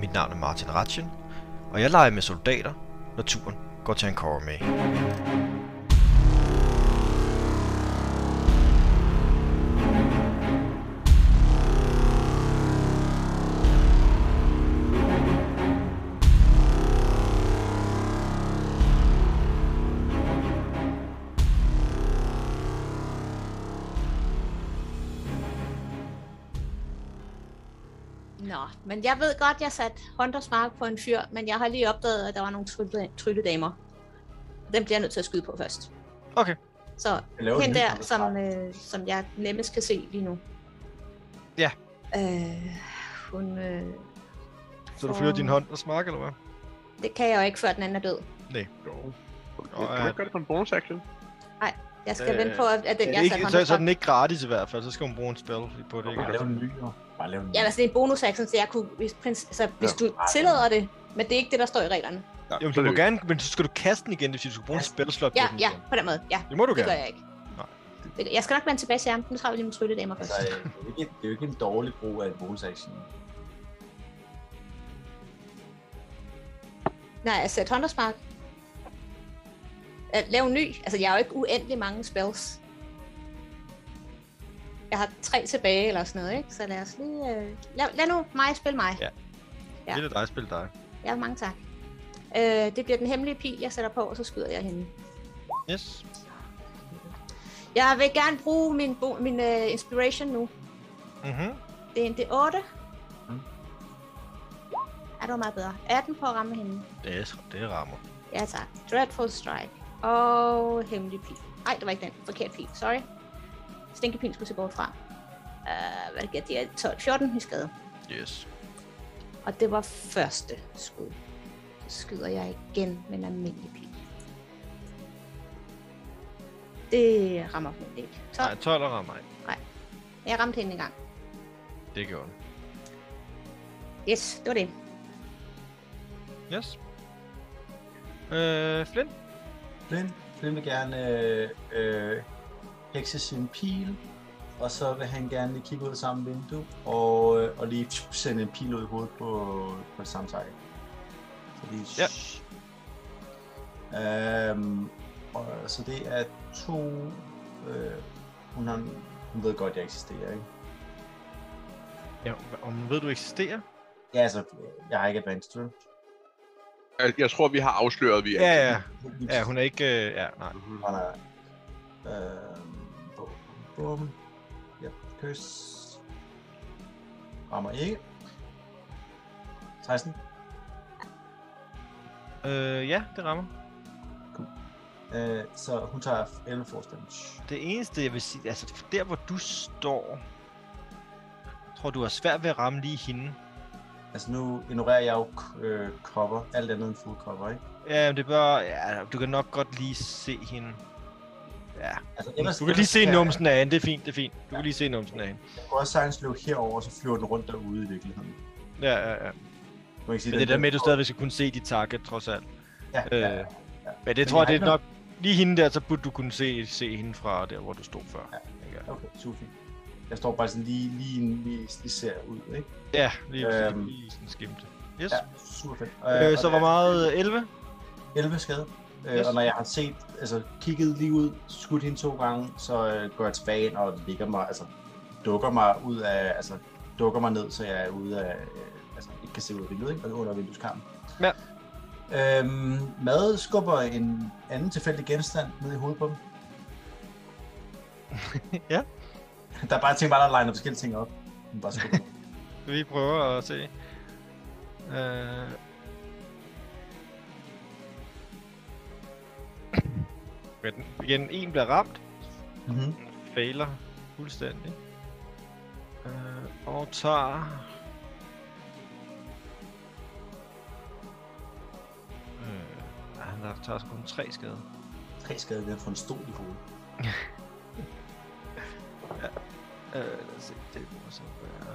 Mit navn er Martin Ratjen, og jeg leger med soldater, når turen går til en kåre med. Nå, men jeg ved godt, jeg satte Hunters Mark på en fyr, men jeg har lige opdaget, at der var nogle trylle- trylledamer. Den bliver jeg nødt til at skyde på først. Okay. Så Jeg laver hende en der, lille som, kommentar. øh, som jeg nemmest kan se lige nu. Ja. Øh, hun, øh, Så du fyrer din hånd og smark, eller hvad? det kan jeg jo ikke, før den anden er død. Jo. Nå, Nå, kan man ja. ikke gøre det på en bonus action? Jeg skal øh, Øh, vente på, at at den, Det er jeg satte ikke, så, Hunters så er Mark den ikke gratis i hvert fald, så skal hun bruge en spil på det, Du ikke? kan lave en ny, og bare lave en ny. Ja, altså det er en bonus action, så jeg kunne, hvis, prins, altså, hvis Ja. du tillader det, men det er ikke det, der står i reglerne. Nej, Jamen, så du er det må jo ikke. gerne, men så skal du kaste den igen, det vil sige, du skal bruge en spilslot Ja, på den ja, igen. på den måde. Ja, Det må du det gør gerne. jeg ikke. Nej. Det- Jeg skal nok vende tilbage til ham. Nu tager vi lige med trylledamer først. Altså, øh, det, er jo ikke, det er jo ikke en dårlig brug af et bonus action. Nej, altså et hånderspark. At lave en ny. Altså, jeg har jo ikke uendelig mange spells. Jeg har tre tilbage eller sådan noget, ikke? Så lad os lige... Øh... Lad, lad nu mig spille mig. Ja. Ja. Ja. Det er dig, spil dig. ja mange tak. Øh, det bliver den hemmelige pil, jeg sætter på, og så skyder jeg hende. Yes. Jeg vil gerne bruge min, bo- min uh, inspiration nu. Mhm. Det er en D8. Mm. Ja, det var meget bedre. 18 på at ramme hende. Det, er- det rammer. Ja tak. Dreadful Strike. Og hemmelig pil. Nej, det var ikke den. Forkert pil. Sorry. Stinkepil skulle se bort fra. Uh, hvad giver det? 12-14 i skade. Yes. Og det var første skud. Så skyder jeg igen med en almindelig pil. Det rammer hun ikke. Så Nej, 12 rammer ikke. jeg ramte hende en gang. Det gjorde den. Yes, det var det. Yes. Øh, Flynn? Flynn, Flynn vil gerne øh, øh, hekse sin pil, og så vil han gerne lige kigge ud af samme vindue, og, øh, og lige psh, sende en pil ud i hovedet på, på det samme tegn. Så lige... Ja. shh. Øhm, og, så det er to... Øh, hun, har, hun ved godt, jeg eksisterer, ikke? Ja, om ved du eksisterer? Ja, altså, jeg har ikke advanced, vel? Altså, Jeg tror, vi har afsløret, vi er. Ja, ja. Ja, hun er ikke... Øh, ja, nej. Mhm. Nej, nej. Øhm, bum, bum. Ja, kys. Rammer ikke. 16. Øh, ja, det rammer. Øh, så hun tager 11 forstændig. Det eneste, jeg vil sige, altså der hvor du står, tror du har svært ved at ramme lige hende. Altså nu ignorerer jeg jo k- øh, cover, alt andet end full cover, ikke? Ja, men det er bare, ja, du kan nok godt lige se hende. Ja, Altså, du kan lige se kan- numsen af hende, det er fint, det er fint. Du kan lige se numsen af hende. Jeg kunne også sagtens løbe herover, og så flyver den rundt derude i virkeligheden. Ja, ja, ja. Man kan sige, Men det er der med, at du stadigvæk skal kunne se dit target, trods alt. Ja, ja, ja. Øh, men det Men tror jeg, jeg det er har nok lige hende der, så burde du kunne se, se hende fra der, hvor du stod før. tænker jeg. okay, super fint. Jeg står bare sådan lige, lige, lige, lige ser ud, ikke? Ja, lige, Øhm. øhm. lige sådan skimte. Yes. Ja, super fedt. Ja. Øh, og så det hvor er- meget? 11? 11 skade. Øh, Yes. og når jeg har set, altså kigget lige ud, skudt hende to gange, så øh, går jeg tilbage ind og ligger mig, altså dukker mig ud af, altså dukker mig ned, så jeg er ude af, øh, altså ikke kan se ud af vinduet, ikke? Og under vindueskarmen. Ja. Øhm, mad skubber en anden tilfældig genstand ned i hovedet på dem. Ja. Der er bare ting, bare der legner forskellige ting op. Den Bare skubber. Vi prøver at se. Øh... Men den- igen, en bliver ramt. mm-hmm. Den Failer fuldstændig. Øh, og tager... Øh, han der tager så kun tre skade. Tre skade ved at få en stol i hovedet. Øh, lad os se, det må så være...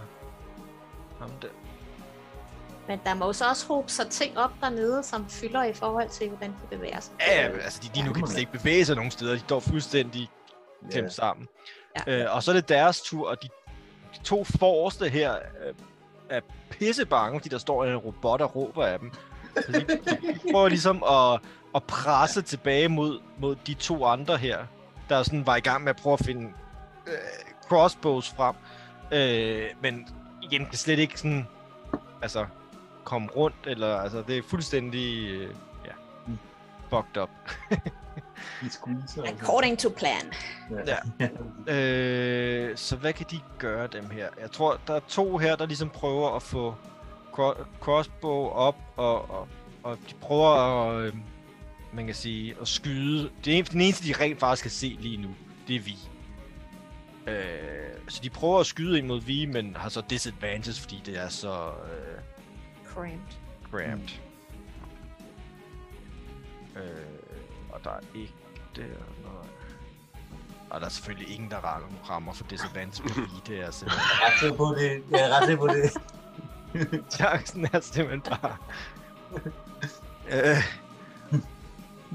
Ham der. Men der må jo så også hobe sig ting op dernede, som fylder i forhold til, hvordan de bevæger sig. Ja, ja, men altså de, de nu kan de slet ikke bevæge sig nogen steder. De står fuldstændig klemt sammen. Ja. Øh, og så er det deres tur, og de, de to forreste her øh, er pisse bange, fordi der står en robot og råber af dem. Så de, de prøver ligesom at, at presse tilbage mod, mod de to andre her, der sådan var i gang med at prøve at finde øh, crossbows frem. Øh, men igen, kan slet ikke sådan, altså, komme rundt, eller altså, det er fuldstændig, øh, ja, Mm. fucked up. De squeezer. og sådan. According to plan. Ja. Øh, så hvad kan de gøre, dem her? Jeg tror, der er to her, der ligesom prøver at få cro- crossbow op, og, og, og de prøver at, øh, man kan sige, at skyde. Det er den eneste, de rent faktisk kan se lige nu, det er vi. Øh, så de prøver at skyde ind mod vi, men har så disadvantage, fordi det er så øh, Cramped. cramped. Øh, og der er ikke der, nej. Og der er selvfølgelig ingen, der rammer- rammer for disadvantage på lige, det er altså. simpelthen... Jeg er ret sikker på det. Jeg er ret sikker på det. Chancen er simpelthen bare... øh.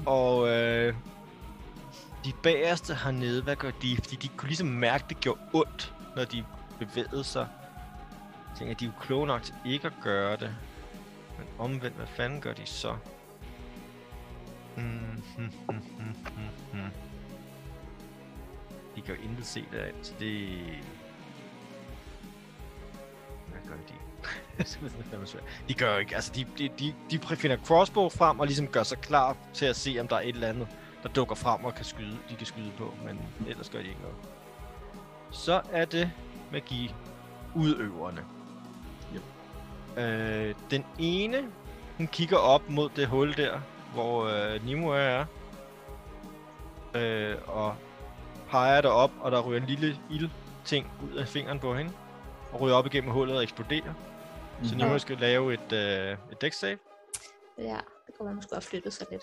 Og øh, de bagerste hernede, hvad gør de? Fordi de kunne ligesom mærke, det gjorde ondt, når de bevægede sig. Jeg tænker, de er jo kloge nok til ikke at gøre det. Men omvendt, hvad fanden gør de så? Mm, mm, mm, mm, mm, mm. De kan jo intet se derinde, så det... Hvad gør de? Det er fandme svært. de gør jo ikke, altså de, de, de, de pr- finder crossbow frem og ligesom gør sig klar til at se, om der er et eller andet, der dukker frem og kan skyde, de kan skyde på, men ellers gør de ikke noget. Så er det magi udøverne. Yep. Øh, den ene, hun kigger op mod det hul der, hvor øh, Nimue er, øh, og peger derop, og der ryger en lille ild ting ud af fingeren på hende, og ryger op igennem hullet og eksploderer. Så Mhm. nu skal lave et, øh, et deck save. Ja, det kunne man måske have flyttet sig lidt.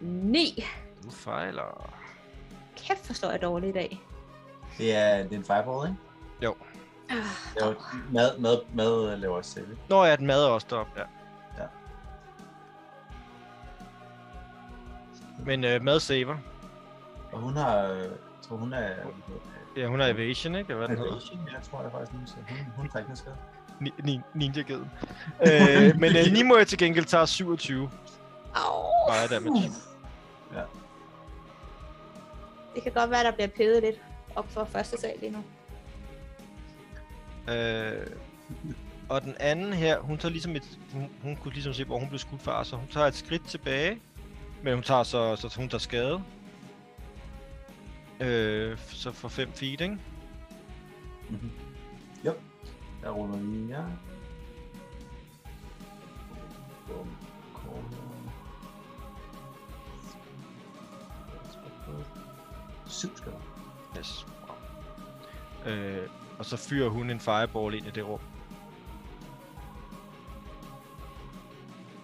9. Du fejler. Kæft, forstår jeg dårligt i dag. Det er, det er en fireball, ikke? Jo. Ah, Det er jo mad, mad, mad laver også selv. ikke? Nå ja, den mad er også deroppe, ja. Ja. Men øh, mad saver. Og hun har... Jeg tror, hun er... Ja, hun har evasion, ikke? Eller Hvad den hedder? Evasion, jeg tror jeg faktisk nu, så hun, hun tager ikke noget skade. Ni- nin- Ninja-geden. øh, men øh, Nimue til gengæld tager 27 au. fire damage. Det kan godt være, der bliver pillet lidt op for første sal lige nu. Øh, og den anden her, hun tager ligesom et, hun, hun kunne ligesom se, hvor hun blev skudt fra, så hun tager et skridt tilbage, men hun tager så, så hun tager skade. Øh, f- så for 5 feet, ikke? Jeg ruller lige, ja. Bum, kort. Syv skader. Yes. Øh, og så fyrer hun en fireball ind i det rum.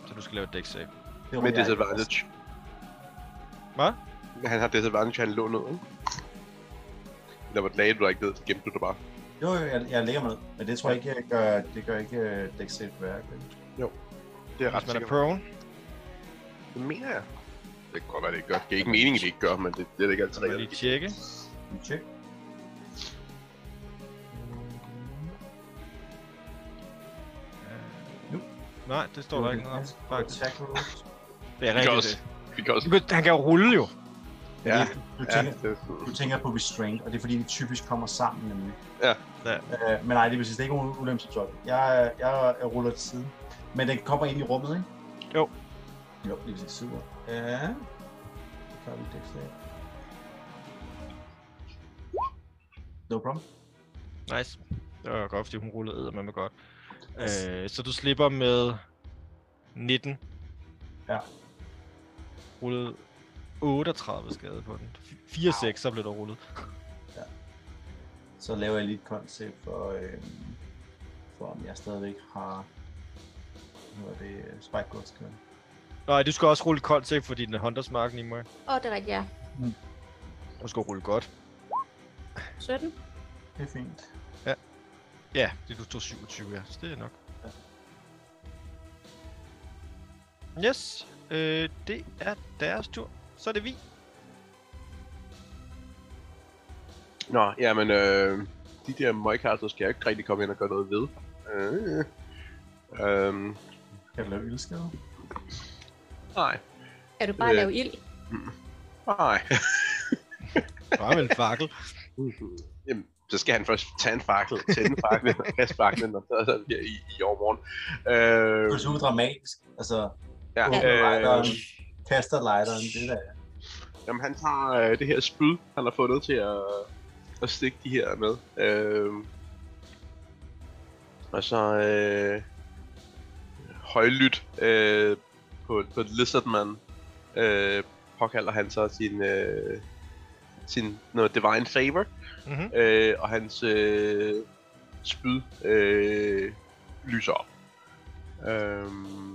Så du skal lave et deck save. Det ruller Med jeg ikke. disadvantage. Hvad? Men Han har disadvantage, han lå ned, ikke? Eller var det lagde du dig ikke ned, så gemte du det bare. Jo, jo, jeg, jeg lægger mig ned. Men det tror jeg ikke, jeg gør, det gør ikke uh, deck save værk. vel? Det er jeg ret Hvis man er sikker prone, på. Det mener jeg. Det kan godt være, det ikke gør. Det er ikke meningen, det ikke gør, men det, det er det ikke altid så må jeg lige rigtigt. tjekke. Vi tjek. Nej, det står der ikke noget om, faktisk. Attack rolls. Det er Vi kan rigtigt. også... det. Vi kan også... Du kan- Han kan jo rulle jo. Ja, Ja, du ja, tænker, det er du tænker på restraint, og det er fordi, de typisk kommer sammen nemlig. Ja. Ja. Øh, men nej, det er præcis, det er ikke nogen ulempe som sådan. Jeg, jeg, jeg ruller til siden. Men den kommer ind i rummet, ikke? Jo. Jo, lige præcis. Super. Ja. Så tager vi det slag. No problem. Nice. Det var godt, fordi hun rullede med mig godt. Øh, så du slipper med 19. Ja. Rullede 38 skade på den. 4-6, så blev der rullet. Så laver jeg lige et koncept for, øh, for om jeg stadigvæk har hvad er det, øh, spike guns kørende. Nej, du skal også rulle koldt til, fordi den er Hunters Mark, Nimue. Åh, det er rigtigt, ja. Du skal rulle godt. 17. Det er fint. Ja, det du tog 27, ja. Så det er nok. Yes, øh, det er deres tur. Så er det vi. Nå, jamen, øh, de der møgkasser skal jeg ikke rigtig komme ind og gøre noget ved. Øh. Øhm, Kan du lave ildskade? nej, Kan du bare Øh. lave ild? nej. Bare med en fakkel. Jamen, så skal han først tage en fakkel, tænde faklen og kaste faklen, og så så bliver i, i overmorgen. Det Øh, er super dramatisk. Altså, ja, åbner øh, lighteren, kaster lighteren, det der. jamen, han tager øh, det her spyd, han har fundet til at, at stikke de her med. Øh, og så øh, højlydt øh, på, på Lizardman øh, påkalder han så sin, øh, sin noget Divine Favor, Mm-hmm. øh, og hans øh, spyd øh, lyser op. Øhm,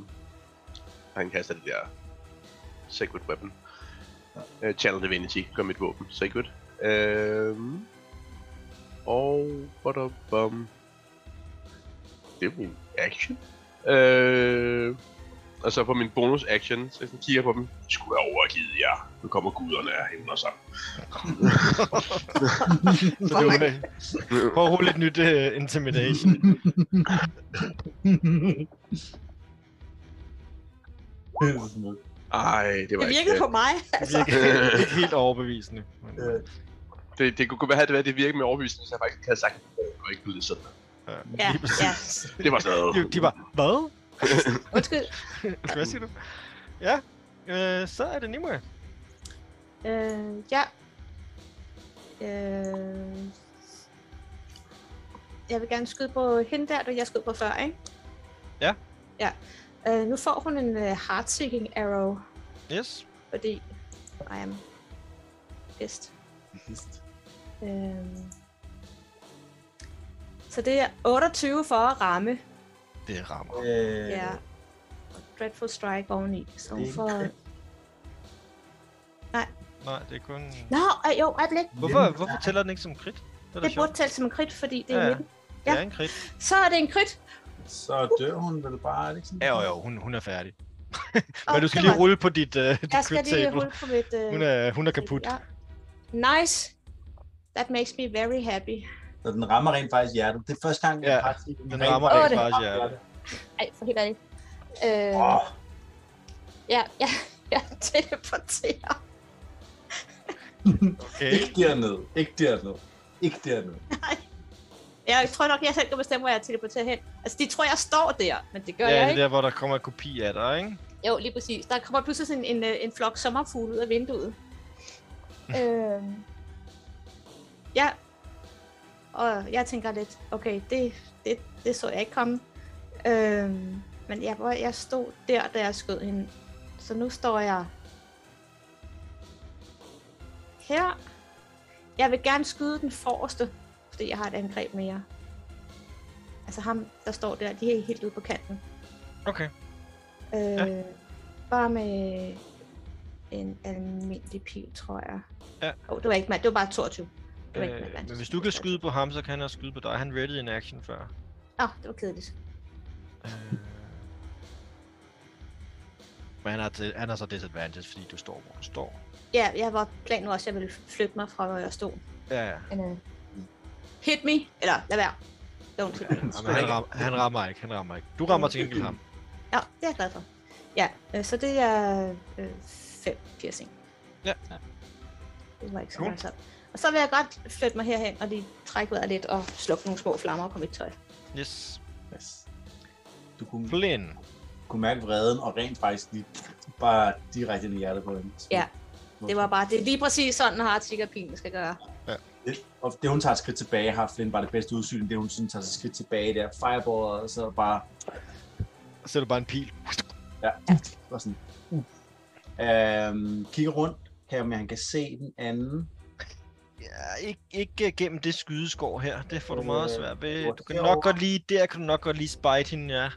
og han kaster det der Sacred Weapon. Øh, Channel Divinity gør mit våben Sacred. Øhm, og badabam. Det er min action. Øh, og så på min bonus action, så jeg sådan kigger på dem. Skulle jeg overgive jer? Nu kommer guderne og hævner sig. Så det var det. Prøv at rulle et nyt uh, intimidation. Det er sådan noget. Ej, det var Det ikke virkede på mig, Det altså. virker helt, ikke helt overbevisende. Men, Øh, Det, det kunne godt være, at det, var, at det virkede med overbevisning, hvis jeg faktisk ikke havde sagt, at det var ikke på listen. ja. Ja, lige præcis. ja. Det var sådan De, de var, hvad? Undskyld. Hvad siger du? Ja, øh, så er det Nimue. Øh, ja. Øh, jeg vil gerne skyde på hende der, du jeg skød på før, ikke? Ja. Ja. Øh, nu får hun en uh, heart-seeking arrow, Yes. fordi I am pissed. Øh, så det er 28 for at ramme. Det rammer. øh, Ja. Og Dreadful Strike oveni. Så hun Det er får... ikke- Nej, det er kun... Nå, øh, jo, øjeblik. Hvorfor, hvorfor tæller den ikke som krit? Det er da Det burde sjovt. tælle som en krit, fordi det er Ja, ja, ja. midten. Det er en krit. Så er det en krit. Så dør hun vel bare, er det ikke sådan? Ja, jo, jo, hun, hun er færdig. Åh, Men du skal det lige var- rulle på dit, uh, dit Jeg skal crit lige table. rulle på mit... Øh, Hun er, hun er kaput. Ja. Nice. That makes me very happy. Så den rammer rent faktisk hjertet. Det er første gang, Ja, jeg har set Den rammer Otte. rent faktisk hjertet. Ej, for helt ærligt. Øh, Åh, ja, ja, jeg teleporterer. Okay. ikke dernede. Ikke dernede. Ikke dernede. Jeg tror nok, jeg selv kan bestemme, hvor jeg teleporterer hen. Altså, de tror, jeg står der, men det gør Ja, jeg det er ikke. der, hvor der kommer en kopi af dig, ikke? Jo, lige præcis. Der kommer pludselig sådan en, øh, en flok sommerfugle ud af vinduet. øh, ja. Og jeg tænker lidt, okay, det, det, det så jeg ikke komme. Øh, men jeg, hvor jeg stod der, da jeg skød hende. Så nu står jeg her. Jeg vil gerne skyde den forreste, fordi jeg har et angreb mere. Altså ham, der står der, de er helt ude på kanten. Okay. Øh, ja. Bare med en almindelig pil, tror jeg. Ja. Oh, det var ikke mand, det var bare 22. Det var ikke med Øh, advantage. men hvis du kan skyde på ham, så kan han også skyde på dig. Han readied en action før. Åh, oh, det var kedeligt. Øh. Men han har, til, han har så disadvantage, fordi du står, hvor du står. Ja, jeg var planen var også, at jeg ville flytte mig fra, hvor jeg stod. Ja, ja. Men, uh, hit me, eller lad være. Don't hit me. Jamen, han, ram, han rammer ikke, han rammer ikke. Du rammer til gengæld ham. Ja, det er jeg glad for. Ja, øh, så det er 5 øh, piercing. Ja. Det var ikke så Cool. meget cool. Og så vil jeg godt flytte mig herhen og lige trække vejret lidt og slukke nogle små flammer på mit tøj. Yes. Yes. Du kunne, Flynn. kunne mærke vreden, og rent faktisk lige bare direkte ind i hjertet på hende. Så- Ja, Det var bare, det er lige præcis sådan, har tiggerpilen skal gøre. Det, og det, hun tager et skridt tilbage, har Flynn bare det bedste udsyn, det hun sådan tager et skridt tilbage der, fireball, og så bare, Så er det bare en pil. ja, og sådan, uh. øhm, kigger rundt, her om han kan se den anden. Ja, ikke, ikke gennem det skydeskår her. Det får du meget svært ved. Øh, Du kan Herovre. nok godt lige, der kan du nok godt lige spite hende, ja.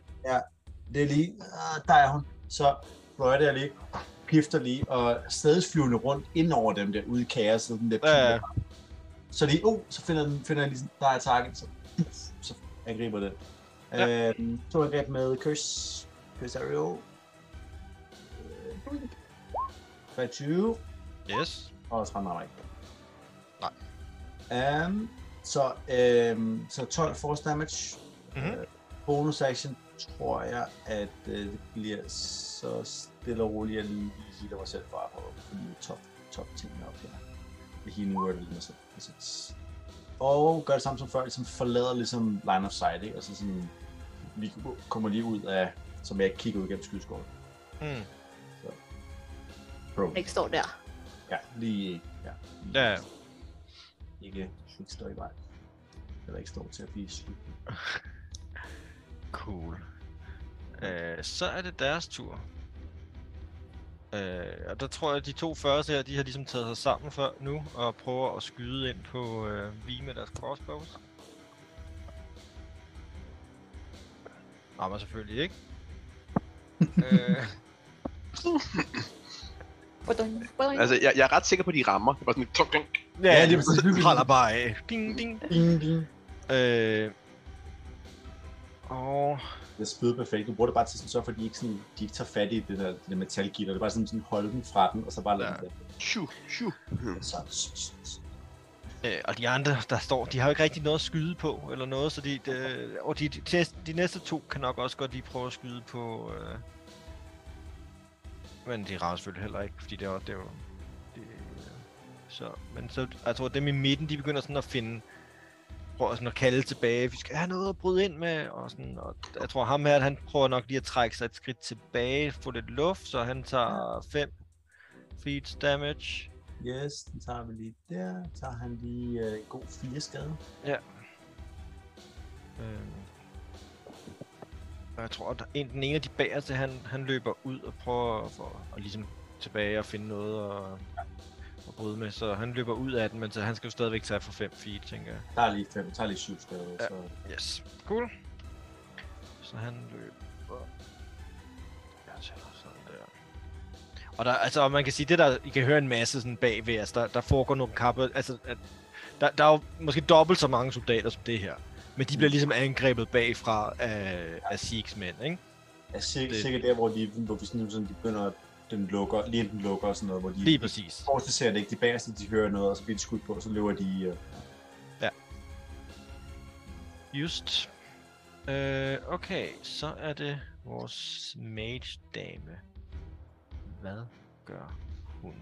Det er lige, ah, der er hun. Så fløjter jeg lige, pifter lige, og stadig flyvende rundt ind over dem der ude i kaoset, den der pil. Ja. Ja. Så lige, uh, så finder den, finder jeg lige sådan, der er target, så, så angriber den. Ja. Øhm, to angreb med Curse, Curse Arrow. Øh, 23. Yes. Og så rammer jeg ikke. Nej. Um, så, øhm, så 12 øhm, force damage. Mhm. Øh, bonus action tror jeg, at øh, det bliver så stille og roligt, at jeg lige healer mig selv bare for at få nogle top, top tingene op her. Jeg healer nu, eller mig selv. Præcis. Og gør det samme som før, ligesom forlader ligesom line of sight, ikke? Altså sådan, vi kommer lige ud af, som jeg ikke kigger ud igennem skydeskoven. Mm. Pro. Ikke står der. Ja, lige, ja. lige- Ja, Ikke, ikke står i vej. Eller ikke står til at blive slut. cool. Øh, så er det deres tur. Øh, og der tror jeg, at de to første her, de har ligesom taget sig sammen før nu, og prøver at skyde ind på øh, Vi med deres crossbows. Rammer selvfølgelig ikke. øh, Hvordan? Hvordan? Altså, jeg, jeg er ret sikker på, at de rammer. Det var sådan et klonk, klonk. Ja, det er præcis. præcis. Praller bare af. Ding, ding. Ding, ding. Øh, og Det er spide perfekt. Du bruger det bare til sådan, så, fordi de ikke, sådan, de ikke tager fat i det der, det der metalgitter. Det er bare sådan, sådan holde den fra den, og så bare lade Ja. den Shoo, shoo. der. Så, s- s- s- Øh, og de andre, der står, de har jo ikke rigtig noget at skyde på, eller noget, så de, de, og de, de, næste, de næste to kan nok også godt lige prøve at skyde på... Øh... Men de rammer selvfølgelig heller ikke, fordi det er, jo- det er jo... Det, øh, så, men så, jeg tror, dem i midten, de begynder sådan at finde... Prøver sådan at kalde tilbage, vi skal have noget at bryde ind med, og sådan, og jeg tror ham her, han prøver nok lige at trække sig et skridt tilbage, få lidt luft, så han tager 5 feet damage. Yes, den tager vi lige der. Tager han lige øh, en god fire skade. Øhm. Og jeg tror, at en, den ene af de bagerste, han, han løber ud og prøver at, for, at ligesom tilbage og finde noget at, at bryde med. Så han løber ud af den, men så han skal jo stadigvæk tage for 5 feet, tænker jeg. Tager lige fem, tager lige syv skade. Ja. Så Yes. Cool. Så han løber... Ja, så sådan der. Og der, altså, og man kan sige, det der, I kan høre en masse sådan bagved, altså, der, der foregår nogle kapper, altså, at, der, der er jo måske dobbelt så mange soldater som det her, men de bliver ligesom angrebet bagfra af, af Sigs mænd, ikke? er sikkert, Det- sikkert der, hvor de, hvor vi sådan, sådan, de begynder at den lukker, lige inden den lukker og sådan noget, hvor de Lige præcis. forreste ser det ikke, de bagerste, de hører noget, og så bliver de skudt på, og så løber de øh, Just. Øh, okay, så er det vores mage-dame. Hvad gør hun?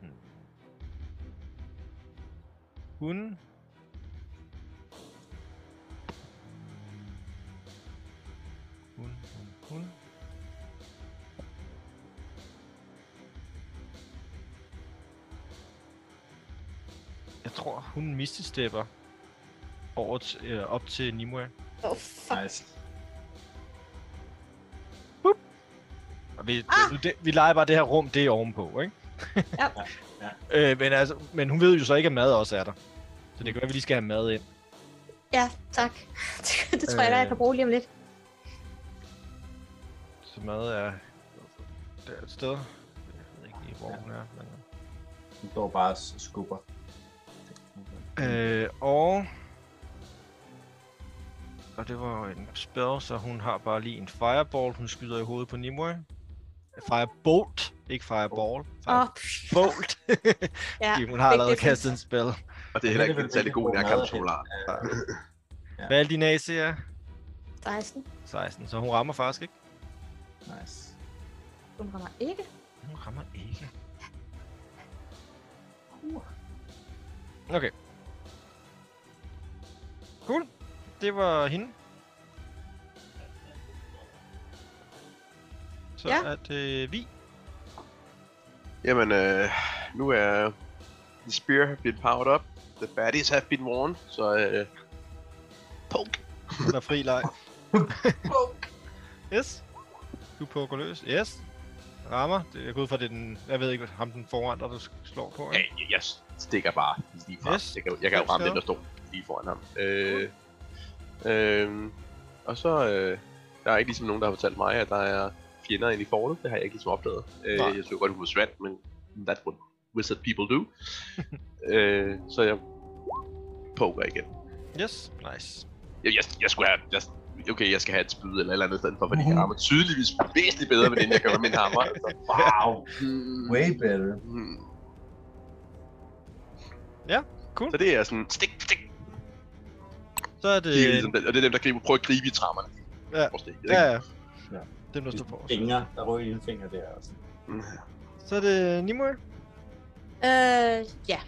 Hmm. Hun... Hun, hun, hun... Jeg tror, hun mistestepper over t- øh, op til Nimue. Oh, fuck. nice. Og vi, ah! det, vi leger bare det her rum, det er ovenpå, ikke? Ja. Ja, Øh, men, altså, men hun ved jo så ikke, at mad også er der. Så det kan være, at vi lige skal have mad ind. Ja, tak. det tror jeg, da, jeg kan bruge lige om lidt. Så mad er der et sted. Jeg ved ikke lige, hvor hun er. Men... de går bare og skubber. Øh, og... Og det var jo en spell, så hun har bare lige en fireball, hun skyder i hovedet på Nimue. Firebolt, ikke fireball. Åh, oh, Firebolt, ja. fordi hun har big allerede difference. kastet en spell. Og det er heller Men det ikke er en vel særlig ikke god god mad, nærkamp, at- Solar. Hvad er din AC er? 16. 16, så hun rammer faktisk ikke. Nice. Hun rammer ikke. Hun rammer ikke. Uh. Okay. Cool. Det var hende. Så Ja. er det vi. Jamen, øh, nu er the spear have been powered up. The baddies have been warned. Så øh, poke. Der er fri leg. yes. Du poker løs. Yes. Rammer. Det, jeg går ud fra, det er den... Jeg ved ikke, ham den foran, der du slår på. Ja, Ikke? jeg- jeg stikker bare lige fra. Yes. Yes. Jeg kan, jeg kan jo Fem ramme den, skader. der står lige foran ham. Øh, øh, og så, øh, der er ikke ligesom nogen, der har fortalt mig, at der er fjender inde i fortet. Det har jeg ikke ligesom opdaget. Øh, Nej. jeg så godt, hun forsvandt, men that's what wizard people do. øh, så jeg poker igen. Yes. Nice. Jeg, jeg, jeg skulle have... Jeg, okay, jeg skal have et spyd eller et eller andet i stedet for, fordi Mhm. jeg rammer tydeligvis væsentligt bedre med den, jeg gør med min hammer. Altså, Wow, hmm, way better. hmm. Ja, cool. Så det er sådan, stik, stik, Så er De er det ligesom, den- og det er dem, der griber, prøver at gribe i trammerne. Ja. Vores det, ikke? ja, ja. dem, der står på. Fingre, der røg en finger der. Og sådan. Mm. Så er det Nimue. Øh, ja.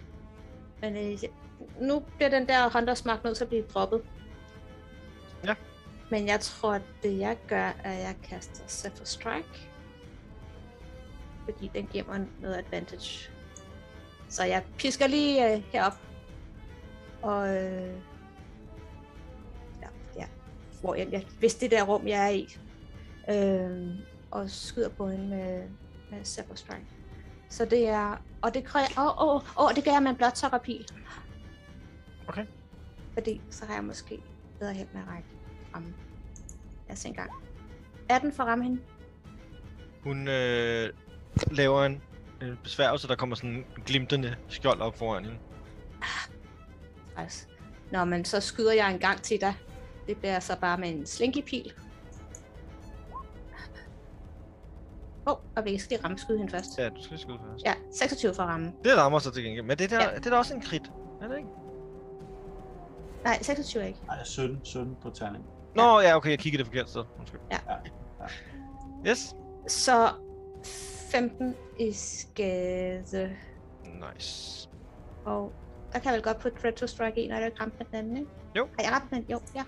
Men øh, ja. nu bliver den der Hunters Mark nødt til at blive droppet. Ja. Men jeg tror, at det jeg gør, er, at jeg kaster Sephir Strike. Fordi den giver mig noget advantage. Så jeg pisker lige øh, herop. Og øh, ja, ja, hvor jeg, jeg vidste det der rum, jeg er i. Øh, og skyder på hende med, med Sephir Strike. Så det er... Og det, kræ- og, og, og det gør jeg med en blåtokker pil. Okay. Fordi så har jeg måske bedre held med at række ramme. Lad os se en gang. 18 for at ramme hende. Hun øh, laver en øh, besværgelse, der kommer sådan en glimtende skjold op foran hende. Altså. Nå, men så skyder jeg en gang til dig. Det bliver så bare med en slinky pil. Åh, oh, og vi skal lige altså. ramme skyde hende først. Ja, du skal skyde først. Ja, 26 for at ramme. Det rammer sig til gengæld, men det der, Ja. ja. det er da også en krit, er det ikke? Nej, 26 er ikke. Nej, 17, 17 på terning. Nå, ja, okay, jeg kiggede det forkert sted. Undskyld. Ja. Ja, Yes. Så 15 i skade. Nice. Og der kan jeg vel godt putte Retro Strike i, når jeg ramte med den anden, ikke? Jo. Har jeg ramt den? Jo, ja.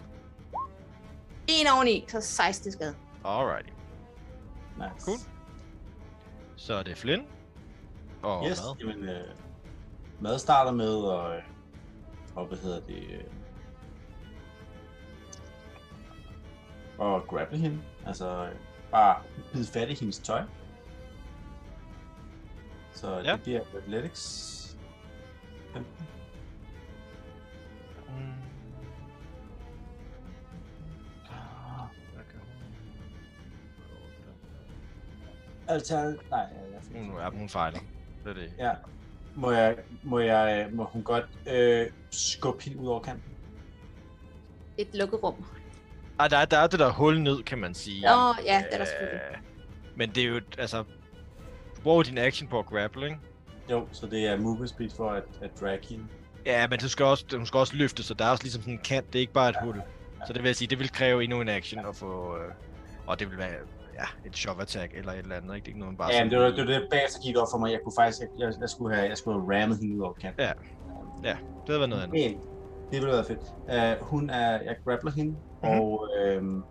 En oveni, så 16 skade. Alrighty. nice. Cool. Så er det Flynn. Og yes, mad. jamen, øh, mad starter med, og, øh, og hvad hedder det, øh, og grabbe hende, altså øh, bare bide fat i hendes tøj. Så ja. Ja. det bliver athletics. Mm. Ah, Hvad gør hun? Altså, nej, jeg fik Hun, ja, hun fejler. Det er det. Ja. Må jeg, må jeg, må hun godt øh, skubbe hende ud over kanten? Et lukket rum. Ej, der, er, der er det der hul ned, kan man sige. Nå, ja, det er der selvfølgelig. Øh, Men det er jo, altså... Du bruger jo din action på at grapple, ikke? Jo, så det er movement speed for at, at drag hende. Ja, men du skal også, hun skal også løfte, så der er også ligesom sådan en kant. Det er ikke bare et hul. Så det vil jeg sige, det vil kræve endnu en action at få... Øh, og det vil være ja, et shove attack eller et eller andet, ikke? Det er ikke noget, man bare... Ja, men det sådan- var det, var det bagefter gik op for mig. Jeg kunne faktisk, jeg, jeg, jeg skulle have, jeg skulle have rammet hende ud over kanten. Ja. Det havde været noget andet. Men, det ville være fedt. Uh, hun er, jeg grappler hende, mm-hmm. og øhm,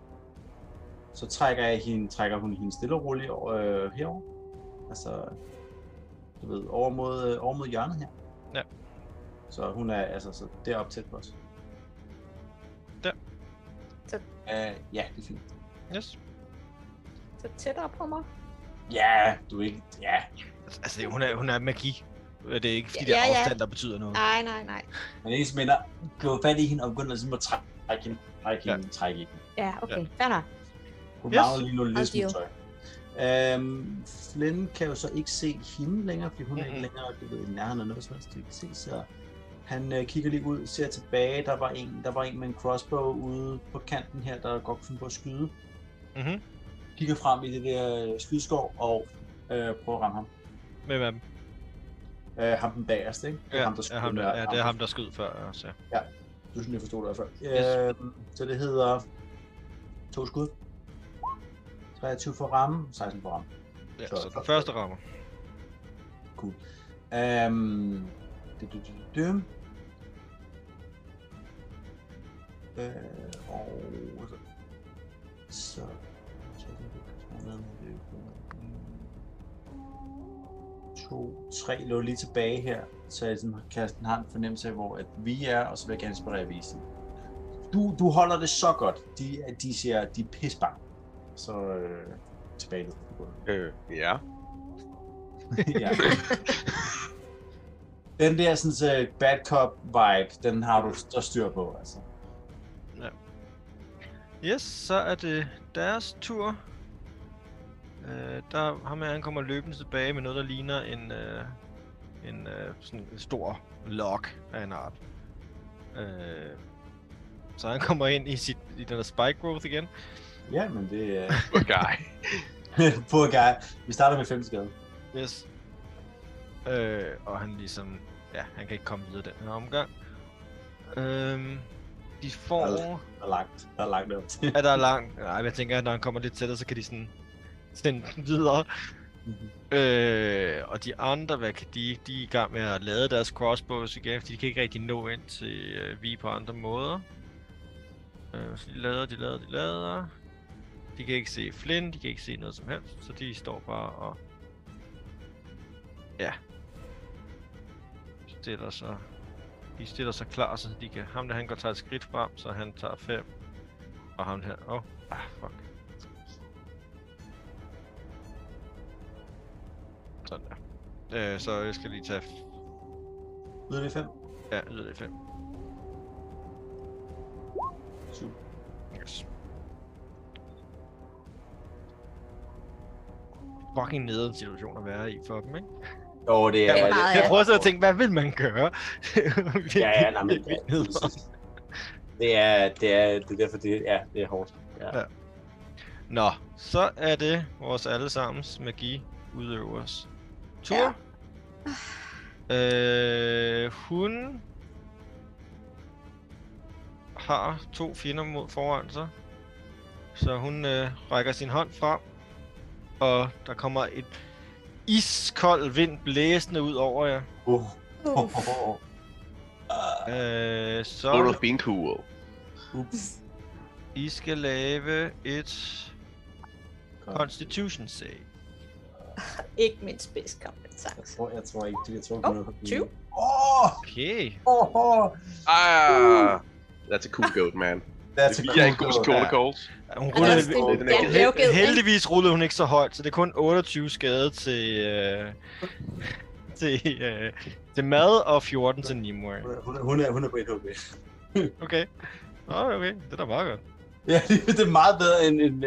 så trækker jeg hende, trækker hun hende stille og roligt over, øh, herover. Altså, du ved, over mod, øh, over mod hjørnet her. Ja. Så hun er altså så deroppe tæt på os. Der. Så- Uh, ja, det er fint. Yes. Så tættere på mig. Ja, du er ikke, ja. Altså, det- hun er, hun er magi. Det er ikke de Ja, der ja. afstand, der betyder noget. Nej, nej, nej. Men det eneste minder, gå fat i hende og begynder ligesom at trække hende, trække Ja. hende, ja. trække hende. Ja, okay. Fair nok. Hun Yes. yes. mangler lige noget lidt Ideal. smule tøj. Øhm, Flynn kan jo så ikke se hende længere, fordi hun mm-hmm. er Mhm. ikke længere du ved, i nærheden af noget som helst. Du kan se, så han øh, kigger lige ud, ser tilbage. Der var, en, der var en med en crossbow ude på kanten her, der godt kunne finde på at skyde. Mhm. Kigger frem i det der øh, skydeskov og øh, prøver at ramme ham. Hvem er dem? Øh, ham den bagerste, ikke? Det er Ja, ham, der ja, ham med der, ja, det er armen. ham, der skød før. Så. Du synes, jeg forstod det i hvert fald. Yes. Øhm, så det hedder to skud. 23 for ramme, 16 for ramme. Ja, Så- så den første rammer. Cool. Øhm, det du døm. Øh, og så... så er det, vi kan tage med med det. to, tre lå lige tilbage her, så jeg sådan, Karsten har en fornemmelse af, hvor at vi er, og så vil jeg gerne inspirere visen. Du, du holder det så godt. De, de siger, de er pisbange. Så øh, tilbage lidt. Øh, ja. ja. Den der sådan, så bad cop vibe, den har du så styr på, altså. Yes, så er det deres tur. Øh, der ham her, han kommer løbende tilbage med noget, der ligner en, øh, en øh, sådan en stor lok af en art. Øh, så han kommer ind i, sit, i den der spike growth igen. Ja, men det er... Okay. Poor guy. Vi starter med 5 skade. Yes. Øh, og han ligesom, ja, han kan ikke komme videre den her omgang. Øhm, de får... Der er langt, der er langt op til. Er der er langt? Nej, men jeg tænker, at når han kommer lidt tættere, så kan de sådan sende den videre. Mhm. Øh, og de andre, hvad kan de? De er i gang med at lade deres crossbows igen, fordi de kan ikke rigtig nå ind til øh, vi på andre måder. Øh, så de lader, de lader, de lader. De kan ikke se Flynn, de kan ikke se noget som helst, så de står bare og... Ja. Stiller sig... De stiller sig klar, så de kan... Ham der, han går tager et skridt frem, så han tager 5. Og ham her... Åh, oh. ah, fuck. Sådan der. Øh, så jeg skal lige tage... f- Ud af de fem. Ja, yder det 5. Syv. Yes. Fucking nederen situation at være i for dem, ikke? Jo, det er... Det er det- meget, Jeg ja. prøver så at tænke, hvad vil man gøre? Ja, ja, nej, men det, det, er, det, er, det er derfor, det, ja, det er hårdt. Nå, så er det vores allesammens magi udøvers tur. Ja. Øh, hun har to fjender mod foran sig, så hun øh, rækker sin hånd frem, og der kommer et iskold vind blæsende ud over jer. Uh. Uff. Øh, så... Would have been cool. Ups. I skal lave et Godt. Constitution save. Ikke min Jeg spidskompetence. tror, jeg tror ikke, det jeg tror ikke, Åh, oh, noget. 20. Åh, Okay. åh, åh. Ah, that's a cool goat, man. That's Det a er en god goal. skål Ja. goals. Hun Og der er rullede, også det, den er ja, god. det er jo givet, ikke? heldigvis rullede hun ikke så højt, så det er kun 28 skade til, øh, til, øh, til mad og 14 til Nimue. Hun er- Hun, er- hun, er, hun er på 1 HP. Okay. Nå, okay. Det er da meget godt. Ja, det er meget bedre end... end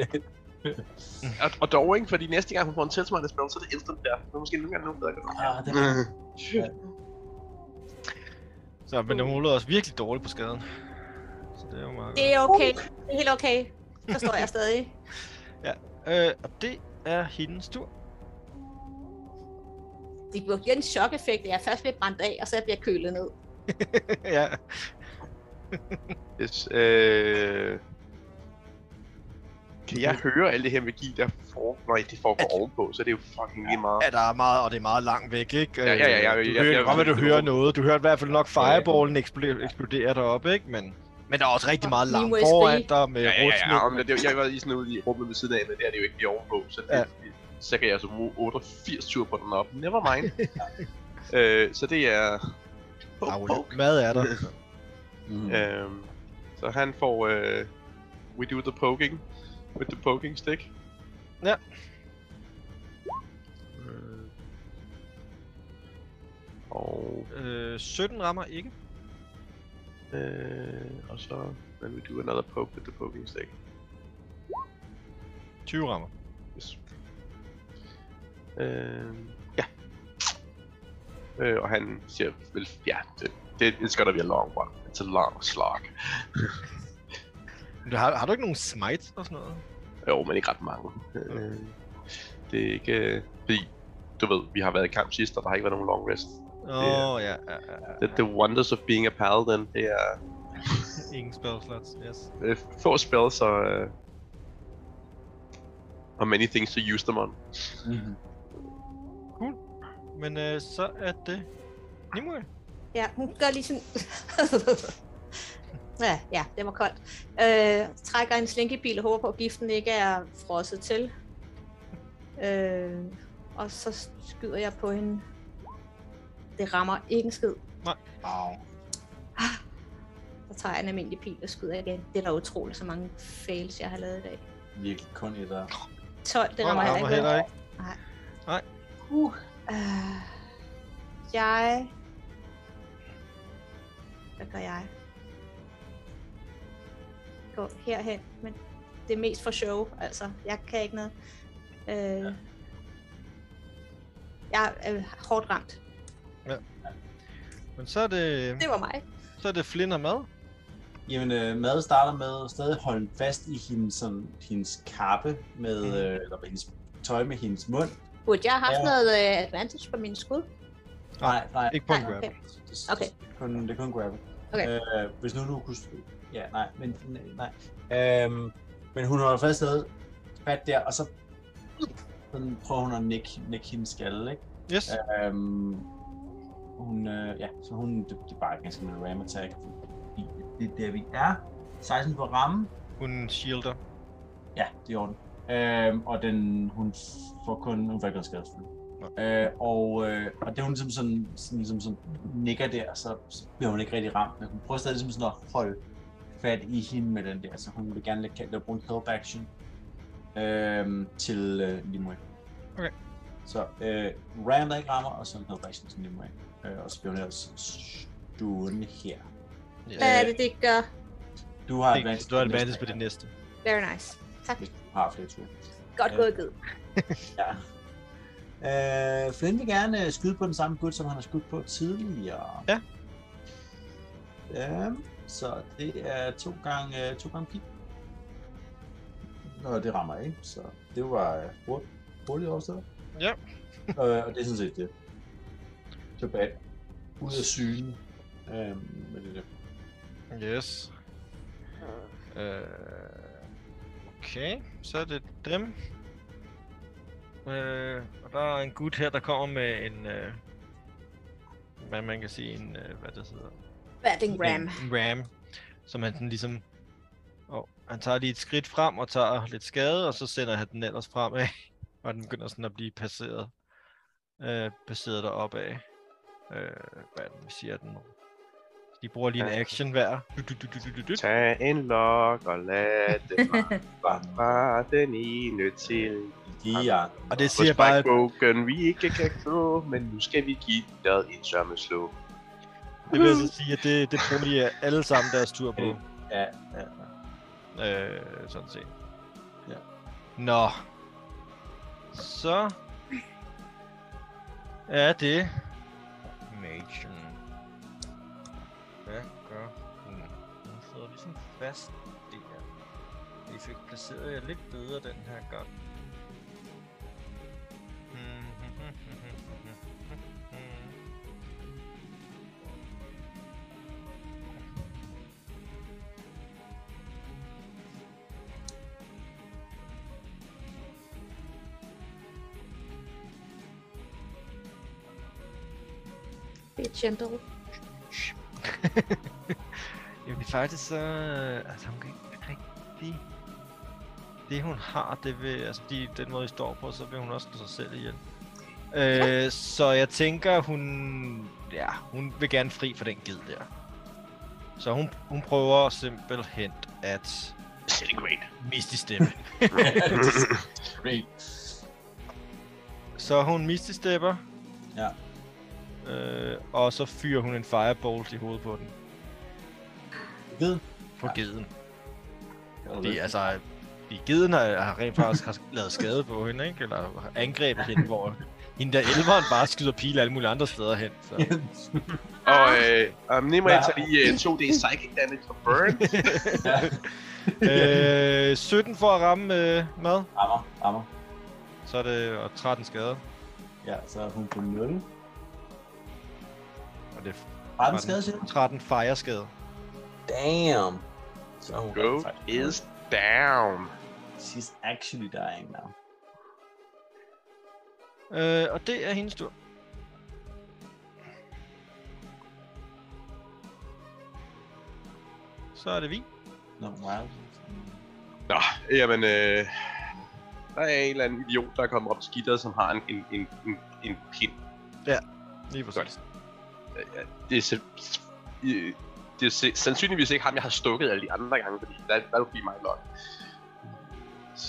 Og, og dog ikke, fordi næste gang hun får en tilsvarende spil, så er det instant der. Så måske nogle gange nogen bedre gør det. ah, det er, Mm. Så, men hun rullede også virkelig dårligt på skaden. Så det er jo meget Det godt. er okay. Det er helt okay. Så står jeg stadig. Øh, og det er hendes tur. Det bliver igen en chok-effekt, at jeg først bliver brændt af, og så bliver jeg kølet ned. ja. Yes, øh... Kan jeg høre alle det her magi, der får... Nej, det foregår At- ovenpå, så det er jo fucking lige meget. Ja, der er meget, og det er meget langt væk, ikke? Ja, ja, ja, ja, Øh, ja, du ja, hører, ja, godt, at du ja. hører noget. Du hører i hvert fald nok fireballen ekspl- eksplodere deroppe, ikke? Men, men der er også rigtig Og meget langt min foran USB. dig med Ja, ja, ja, ja. rutsmænd. Om det, det, jeg var i sådan ude i rummet ved siden af, men det er det jo ikke lige ovenpå, så, det, Ja. ja. så kan jeg så bruge 88 tur på den op. Never mind. øh, så det er... Poke, Aula. poke. Mad er der. mm. Øhm, så han får... Øh, we do the poking. With the poking stick. Ja. Øh. Og... Øh, 17 rammer ikke. Øh, og så... Then we do another poke with the poking stick. 20 rammer. Yes. Øh, ja. Øh, og han siger, vel, ja, det, det, it's gonna be a long one. It's a long slog. Men Har, har du ikke nogen smites og sådan noget? Jo, men ikke ret mange. Øh, det er ikke, øh, fordi, du ved, vi har været i kamp sidst, og der har ikke været nogen long rest. Åh, oh, ja, ja, ja, ja. The, the wonders of being a paladin, det er Ingen spell slots, yes. øh, få spells og, øh, og many things to use them on. Mhm. Men øh, så er det... Nimue. Ja, hun gør lige sådan... ja, ja, det var koldt. Øh, trækker en slinkebil og håber på, at giften ikke er frosset til. Øh, og så skyder jeg på hende. Det rammer ikke en skid. Au. Så tager jeg en almindelig pil og skyder igen. Det er da utroligt, så mange fails, jeg har lavet i dag. Virkelig kun et der. 12, det Åh, rammer jeg rammer ikke. heller ikke. Uh. Øh, jeg... Hvad gør jeg? Gå herhen, men det er mest for show, altså. Jeg kan ikke noget. Øh, ja. Jeg er øh, hårdt ramt. Men så er det, Det var mig. så er det Flynn og Mad. Jamen, øh, Mad starter med at stadig holde fast i hendes, sådan, hendes kappe, med, Mm. Mhm. øh, eller med hendes tøj med hendes mund. Burde jeg have haft Ja. ja. noget øh, advantage på min skud? Nej, nej. Ikke på en Nej, grab. okay. Det, det, det, er kun, det er kun grabber. Okay. Øh, hvis nu du kunne... st- Ja, nej, men... n- Nej. Øhm, men hun holder fast ad, fat der, og så sådan prøver hun at nikke, nikke hendes skalle, ikke? Yes. Øhm, hun, øh, ja, så hun, det, det er bare ganske med ram attack, fordi det er der, vi er. 16 på ramme, Hun shielder. Ja, det er orden. Øhm, og den, hun får kun, hun får ikke noget skade selvfølgelig. Øh, og, øh, og det hun ligesom sådan, sådan, ligesom sådan nikker der, så så bliver hun ikke rigtig ramt, men hun prøver stadig ligesom sådan at holde fat i hende med den der, så hun vil gerne lægge, lave- bruge en help action øhm, til øh, Nimue. Okay. Så øh, Ram der ikke rammer, og så en help action til Nimue. Øh, og så bliver hun ellers stående her. Yes. Hvad er det, det gør? Du har Det, du har advantage på det næste. Very nice. Tak. Hvis du har flere ture. Godt Ja. gået, Gid. Ja. Øh, Flynn vil gerne øh, skyde på den samme gut, som han har skudt på tidligere. Ja. Ja, så det er to gange, øh, to gange pil. Nå, det rammer ikke, så det var øh, hurt- hurtigt overstået. Ja. øh, og det er sådan set det. Tilbage. Ud af syne. Øh, men det er det. Yes. Øh, okay, så er det dem. Øh, og der er en gut her, der kommer med en... Øh, hvad man kan sige, en... Øh, hvad det hedder? Batting Ram. En, en ram. Som han sådan ligesom... Og han tager lige et skridt frem og tager lidt skade, og så sender han den ellers fremad. og den begynder sådan at blive passeret. Øh, passeret deroppe af. Øh, hvad er det, vi siger den? De bruger lige en Ja. action hver. Du, du, du, du, du, du, du. Tag en lok og lad det fra- Bare fra den ene til. lige ja. Og det På siger bare, at spikebogen vi ikke kan få, men nu skal vi give den en sørme slå. det vil jeg så sige, at det, det bruger de alle sammen deres tur på. Ja, ja. Øh, sådan set. Ja. Nå. Så. Er det. Magen. Hvad gør hun? Hun sidder ligesom fast der. Vi fik placeret jer lidt bedre den her gang. Mm-hmm. Det er gentle. Jamen faktisk så... øh, Altså hun kan ikke rigtig... Det hun har, det vil... Altså fordi den måde I står på, så vil hun også slå sig selv ihjel. Øh, så jeg tænker hun... Ja, hun vil gerne fri for den gid der. Så hun, hun prøver simpelthen at Centigrade. miste stemme. Great. så hun miste stepper. Ja. Øh, og så fyrer hun en firebolt i hovedet på den. Ved. På geden. Eller Fordi altså, fordi giden har, har rent faktisk har lavet skade på hende, ikke? Eller har angrebet hende, hvor hende der elveren bare skyder pile alle mulige andre steder hen. Så. ved. Og øh, um, Nimue Hvad? tager lige øh, 2D psychic damage for burn. ja. øh, 17 for at ramme øh, mad, Rammer, rammer. så er det og 13 skade. Ja, så er hun på 0. Og det er Har den skade, siger du? 13 fire skade. Damn! Så er hun Go is down. She's actually dying now. Øh, og det er hendes tur. Så er det vi. No, wild. Nå, jamen, øh, der er en eller anden idiot, der er kommet op og skitter, som har en, en, en, en, en pind. Lige på Godt. Øh, ja, Det er, se- s- øh, det er se- sandsynligvis ikke ham, jeg har stukket alle de andre gange, fordi der, der vil blive mig nok.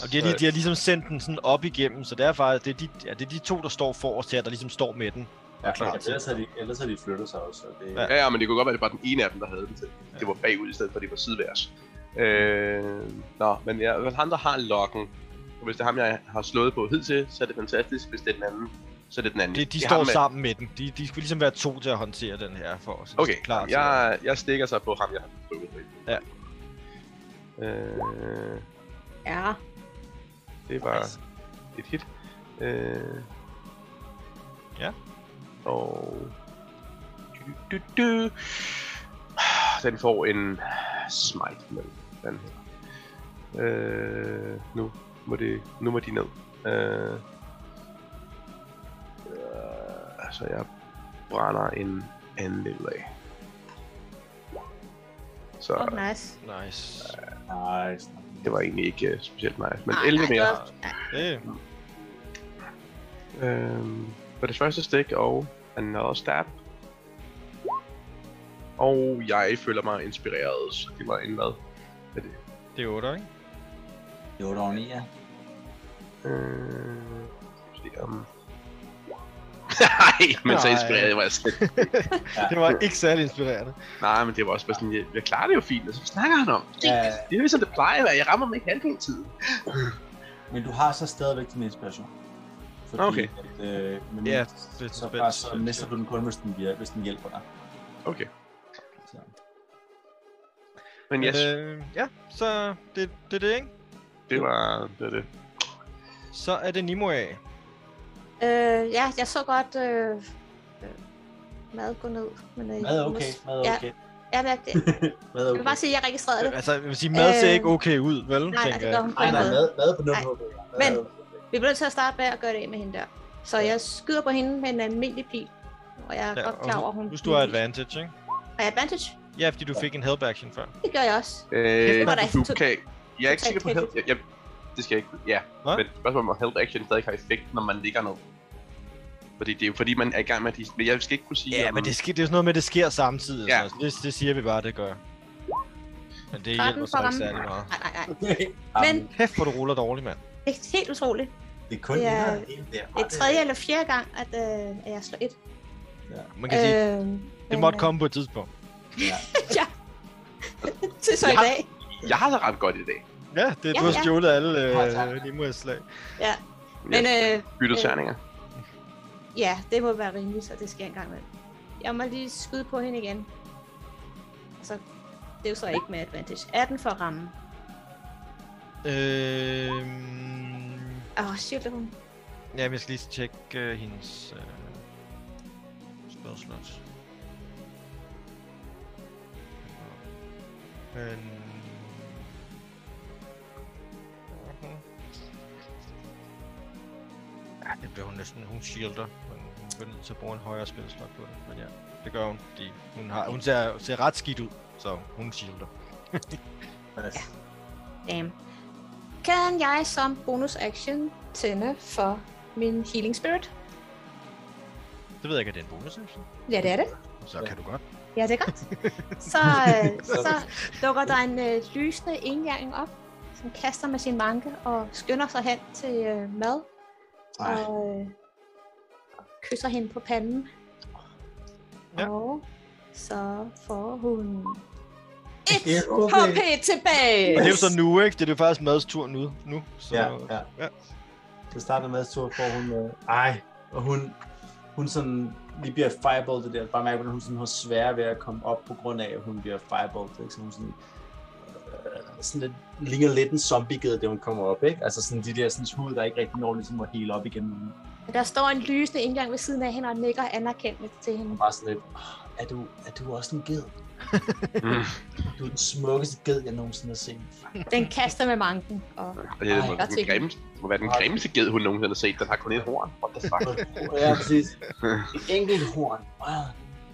Og de har, lige, de har ligesom sendt den sådan op igennem, så det er faktisk, det er de, ja, det er de to, der står forrest her, der ligesom står med den. Ja, klar. klart. Ellers har de, ellers har de flyttet sig også. og Det, Ja. ja. Ja, ja, men det kunne godt være, at det var den ene af dem, der havde den. så Det var bagud i stedet for, at det var sideværs. Øh, nå, men ja, hvis ham, der har lokken, og hvis det er ham, jeg har slået på hidtil, så er det fantastisk. Hvis det er den anden, så er det den anden. De, de Det er står ham, jeg- sammen med den. De, de skulle ligesom være to til at håndtere den her for os. Okay, klar til- jeg, jeg stikker sig på ham, jeg har stukket på. Ja. Øh, Ja. det var et hit. Øh, Ja. Og... Du, du, du. den får en smite med den her. Øh, nu, må det, nu må de ned. Øh, øh, så jeg brænder en anden del af. Så Åh, oh, nice. Nice. Nice. det var egentlig ikke øh, specielt nice, men Ej, 11 ej, mere. Ah, det var- ej, Det, Øhm, for det første stik og another stab. Og jeg føler mig inspireret, så det var en hvad? Er det? det er 8, ikke? Det var dog ja. Øh, skal vi se om... Nej, men så Nej. inspireret var jeg slet. Det var ikke særlig inspirerende. Nej, men det var også bare sådan, jeg, jeg klarer det jo fint, og så snakker han om. det. ja. Det er jo sådan, det plejer at være. Jeg rammer mig ikke halvdelen tiden. Men du har så stadigvæk din inspiration. Fordi, Okay. At, øh, men Ja, ja, det er så, spændt, bare, så spændt, mister spændt. du den kun, hvis den, vir- hvis den hjælper dig. Okay, Så. men yes, øh, Øh, ja, så det, det er det, ikke? det var det. Var det. Så er det Nimue af. Øh, ja, jeg så godt øh, øh, mad gå ned. Men, øh, Mad er jeg må- okay, mad Ja, er okay. ja, det, det, Mad er jeg okay. vil bare sige, at jeg registrerede det. Altså, jeg vil sige, mad ser Øh, ikke okay ud, vel? nej, altså, tænker det jeg. gør hun på Nej, en nej, måde. mad, mad på Ej, nummer. okay. Mad men- er okay. Vi bliver nødt til at starte med at gøre det af med hende der. Så Ja. jeg skyder på hende med en almindelig pil. Og jeg er Ja, ja, godt og klar over, at hun... Husk, du har advantage, ikke? Har jeg advantage? Ja, fordi du fik en help action før. Det gør jeg også. Øh, var da du to- kan... Jeg er ikke sikker på totalt health... Jeg, jeg, det skal jeg ikke... Ja, Hva? men spørgsmålet om, om health action stadig har effekt, når man ligger ned. Fordi det er jo fordi, man er i gang med at... hisse- Men jeg skal ikke kunne sige, Ja, om... men det, sker, det er sådan noget med, at det sker samtidig. Ja. Ja. Altså. Det, det siger vi bare, det gør. Men det Bare hjælper den så ikke fremme. særlig meget. Nej, nej, nej. Jamen, Men- Kæft, hvor du ruller dårligt, mand. Det er helt utroligt. det er kun det er- en af dem der. Det er tredje eller fjerde gang, at, øh, at jeg slår et. Man kan øh, sige, Øh, det men, måtte øh, komme på et tidspunkt. øh, Til så i Jeg- dag. Jeg har det ret godt i dag. Ja, det, ja, Ja, du har ja. stjålet alle Ja, tak. øh, Nimues slag. Men Jeg øh, bytter øh, terninger. ja, det må være rimeligt, så det sker en gang imellem. Jeg må lige skyde på hende igen. Så det er jo så ikke med advantage. 18 for at ramme. Øh, Åh, oh, shit, hun. ja, men jeg skal lige tjekke øh, hendes øh, spørgsmål. Men... Mhm. Ja, det bliver hun næsten. Hun shielder, men hun bliver nødt til at bruge en højere spilslok på det. Men ja, det gør hun, fordi hun, har, hun ser, ser ret skidt ud, så hun shielder. Ja. Damn. Kan jeg som bonus action tænde for min healing spirit? Det ved jeg ikke, at det er en bonus, action. Ja, det er det. Så Ja. kan du godt. Ja, det er godt. Så, øh, så dukker der en øh, lysende enhjørning op, som kaster med sin manke og skynder sig hen til øh, mad Ej, og, øh, og kysser hende på panden. Ja. Ja. Og så får hun det er okay. HP tilbage! Men det er jo så nu, ikke? Det er jo faktisk Mads tur nu. nu så... Ja, ja. ja. ja. Så starter med tur, hvor hun... Øh, ej, og hun, hun sådan lige bliver fireboltet der. Bare mærke, hvordan hun sådan har svært ved at komme op, på grund af, at hun bliver fireboltet. Ikke? Så hun sådan, øh, sådan lidt, ligner lidt en zombie da hun kommer op, ikke? Altså sådan de der sådan, hud, der ikke rigtig når ligesom at hele op igen. Hun Der står en lysende engang ved siden af hende og nikker anerkendende til hende. er bare sådan lidt, "Ah, er du, er du også en ged? øh. Mm. Du er den smukkeste ged, jeg nogensinde har set. Den kaster med manken. Og... Og Det, Ej, må, jeg den tænker- grimmeste, det må være den Ej. grimmeste ged, hun nogensinde har set. Den har kun et horn. What the fuck? Ja, præcis. Et enkelt horn. Wow.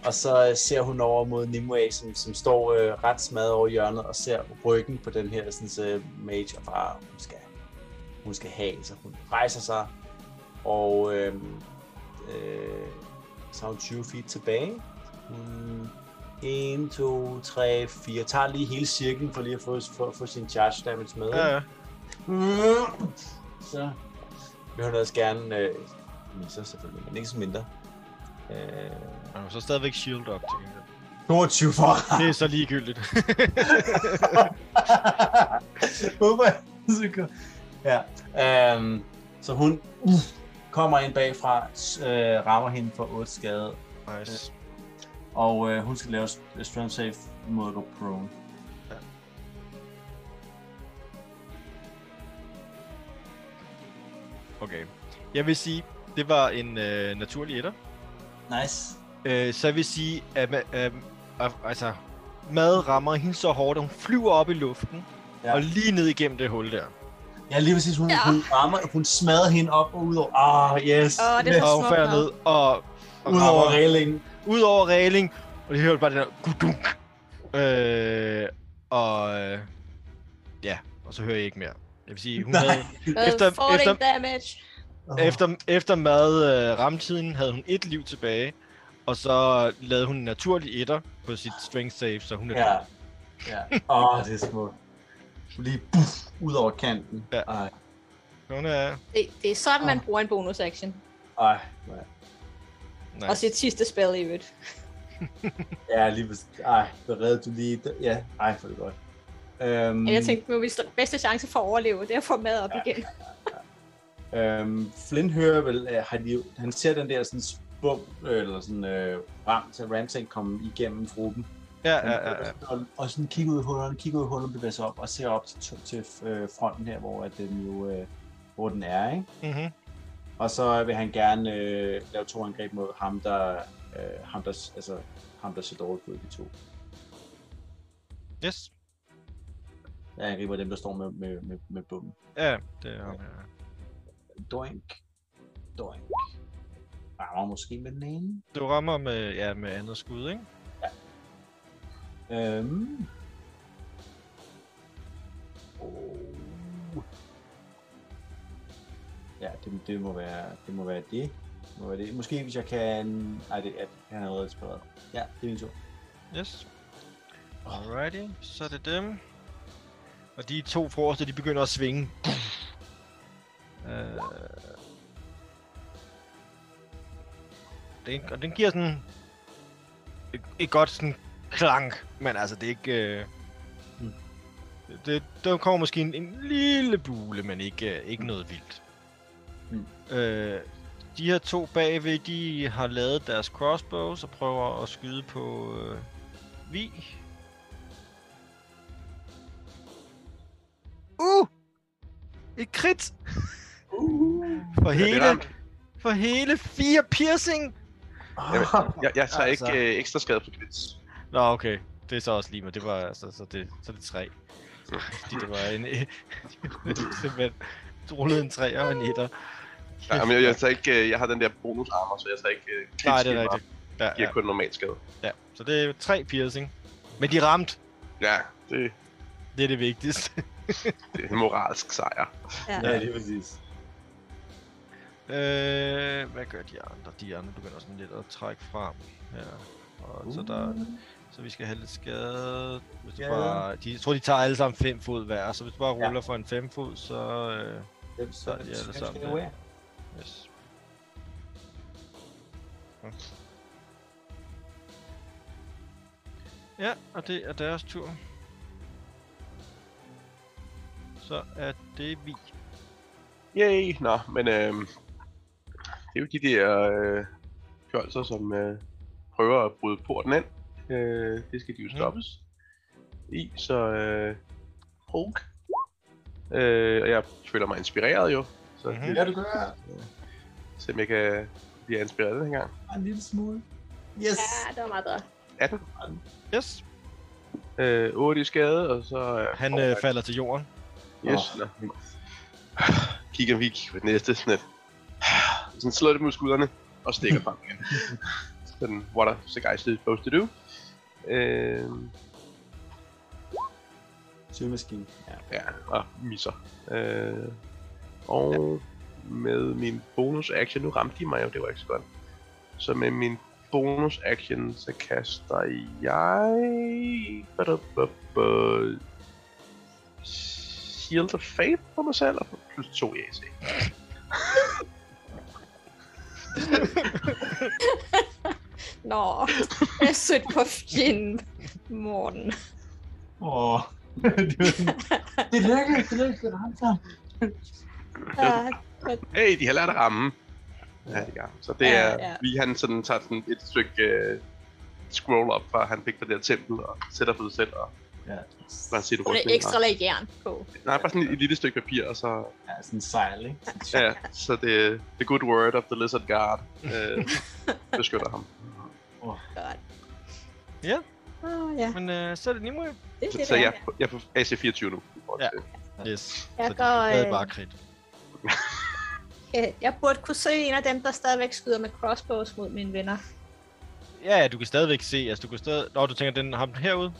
Og så øh, ser hun over mod Nimue, som, som står øh, ret smadret over hjørnet, og ser ryggen på den her sådan, øh, mage, og bare, hun skal, hun skal have. Så hun rejser sig, og øh, øh, så har hun 20 feet tilbage. Hmm, Hun 1, 2, 3, 4. Tager lige hele cirklen for lige at få, få, få sin charge damage med. Ja, ja. Mm. Så vil hun også gerne øh, misser selvfølgelig, men ikke så mindre. Øh, Han har så stadigvæk shield op til gengæld. 22 for. Det er så ligegyldigt. Hvorfor er det så godt? Ja. Øhm, så hun uh, kommer ind bagfra, s- øh, rammer hende for 8 skade, nice. og øh, hun skal lave s- strength save mod at gå prone. Okay. Jeg vil sige, det var en øh, naturlig etter. Nice. Øh, så jeg vil sige, at, man, øh, altså, mad rammer hende så hårdt, at hun flyver op i luften. Ja. Ja. Og lige ned igennem det hul der. Ja, lige præcis. Hun, Ja. ja. hun rammer, hun smadrer hende op og ud over. Ah, yes. Åh, det er yes. Og hun smukt, falder hva'? ned og, og Ud rammer- over reglingen. ud over reling, og det hørte bare det der gudunk. Øh, og øh, ja, og så hører jeg ikke mere. Jeg vil sige, hun Nej. havde, Med Efter- 14 efter- damage. Åh. efter, efter mad øh, ramtiden havde hun et liv tilbage, og så lavede hun en naturlig etter på sit strength save, så hun er Ja. ja. Åh, det er smukt. Lige buff, ud over kanten. Ja. Ej, Hun er... Det, det er sådan, Ah. man Åh. bruger en bonus action. ej. nej. Nej. Og sit sidste spil i øvrigt. Ja, lige præcis. Ej, der reddede du lige. Ja, ej, for det godt. Øhm, Mm. Jeg tænkte, nu er vi st- bedste chance for at overleve, det er at få mad op igen. Øhm, Flynn hører vel, øh, at han, han ser den der sådan spum, øh, eller sådan øh, ram til Ramsey komme igennem gruppen. Ja, ja, ja, ja. Og, og sådan kigger ud i hullerne, kigger ud i hullerne, bevæger sig op og ser op til, til øh, fronten her, hvor at den jo øh, hvor den er, ikke? Mm-hmm. Og så vil han gerne øh, lave to angreb mod ham, der, øh, ham, der, s- altså, ham, der ser dårligt ud i de to. Yes. Jeg angriber dem, der står med, med, med, med bomben. Ja, det er ham, ja. Doink. Doink. Rammer måske med den ene. Du rammer med, ja, med andet skud, ikke? Øhm. Oh. Ja, det, det, må være, det må være det. Det Må være det. Måske hvis jeg kan... Nej, det er, han er allerede inspireret. Ja, det er min tur. Yes. Alrighty, så er det dem. Og de to forreste, de begynder at svinge. Øh. Den, og den giver sådan et, et godt sådan klank, men altså det er ikke... Øh, Mm. det, der kommer måske en, en lille bule, men ikke, øh, ikke noget vildt. Mm. Øh, de her to bagved, de har lavet deres crossbows og prøver at skyde på øh, Vi. Uh! Et krit Uh. for det er hele, ramt. for hele fire piercing! Jamen, Jeg, jeg tager Ah. Altså. altså. ikke øh, ekstra skade på Glitz. Nå, okay. Det er så også lige med. Det var altså, så det, så er det tre. Fordi det var en... simpelthen rullede en tre og en etter. Nej, men jeg, jeg, tager ikke, øh, jeg har den der bonus armor, så jeg tager ikke øh, Nej, det kritiske er ramt. rigtigt. Ja, giver ja, ja. kun normal skade. ja. Så det er tre piercing. Men de ramt. Ja, det, Det er det vigtigste. det er en moralsk sejr. Ja. Ja, det er præcis. Øh, hvad gør de andre? De andre begynder sådan lidt at trække frem her. Og uh. så, der, så vi skal have lidt skade. Hvis du Ja. bare, de, jeg tror, de tager alle sammen 5 fod hver, så hvis du bare Ja. ruller for en 5 fod, så... Øh, Dem, så, Ja, det er så- sådan, skal ja. være. yes. Ja, og det er deres tur. Så er det vi. Yay! Nå, men øh, det er jo de der øh, fjolser, som øh, prøver at bryde porten ind. Øh, det skal de jo Mhm. stoppes i, så øh, Hulk. Øh, og jeg føler mig inspireret jo, så Mhm. mm-hmm. Ja, du gør. se om jeg kan blive inspireret den her gang. En lille smule. Yes. ja, det var meget bedre. 18. Yes, Øh, 8 i skade, og så... Øh, han får øh, jeg- falder til jorden. Åh. Yes, oh. nå. Kigger vi på det næste, sådan et... Sådan slår det mod skuldrene, og stikker frem igen. sådan, what are the guys supposed to do? Øh, Søgemaskine. Ja. ja, og misser. Øh, og med min bonus action, nu ramte de mig jo, det var ikke så godt. Så med min bonus action, så kaster jeg... Ba-da-ba-ba- Shield of Faith på mig selv, og plus 2 i AC. Nå, jeg er sødt på fjenden, Morten. Åh. det er lykkeligt, det er lykkeligt, det ramte ham. Ah, Hey, de har lært at ramme. Ja, ja. Så det Ja, er, ja, ja. ja. vi han sådan tager sådan et stykke øh, scroll op fra han fik fra det her tempel og sætter på det selv og Ja. bare siger det Og det rundt. er ekstra lag jern på. Nej, bare sådan et, et lille stykke papir, og så, ja, sådan en sejl, ikke? ja, så det er the good word of the lizard guard øh, beskytter ham. Godt. Åh, ja. Men øh, så er det Nimue. Det, er Så, det, så der jeg, er. jeg er på AC24 nu. Ja. Øh, Yes. Jeg så de går, lavede øh, bare krit. Ja, Jeg burde kunne se en af dem, der stadigvæk skyder med crossbows mod mine venner. Ja, ja, du kan stadigvæk se. Altså, du kan stadig... Nå, du tænker, den ham herude?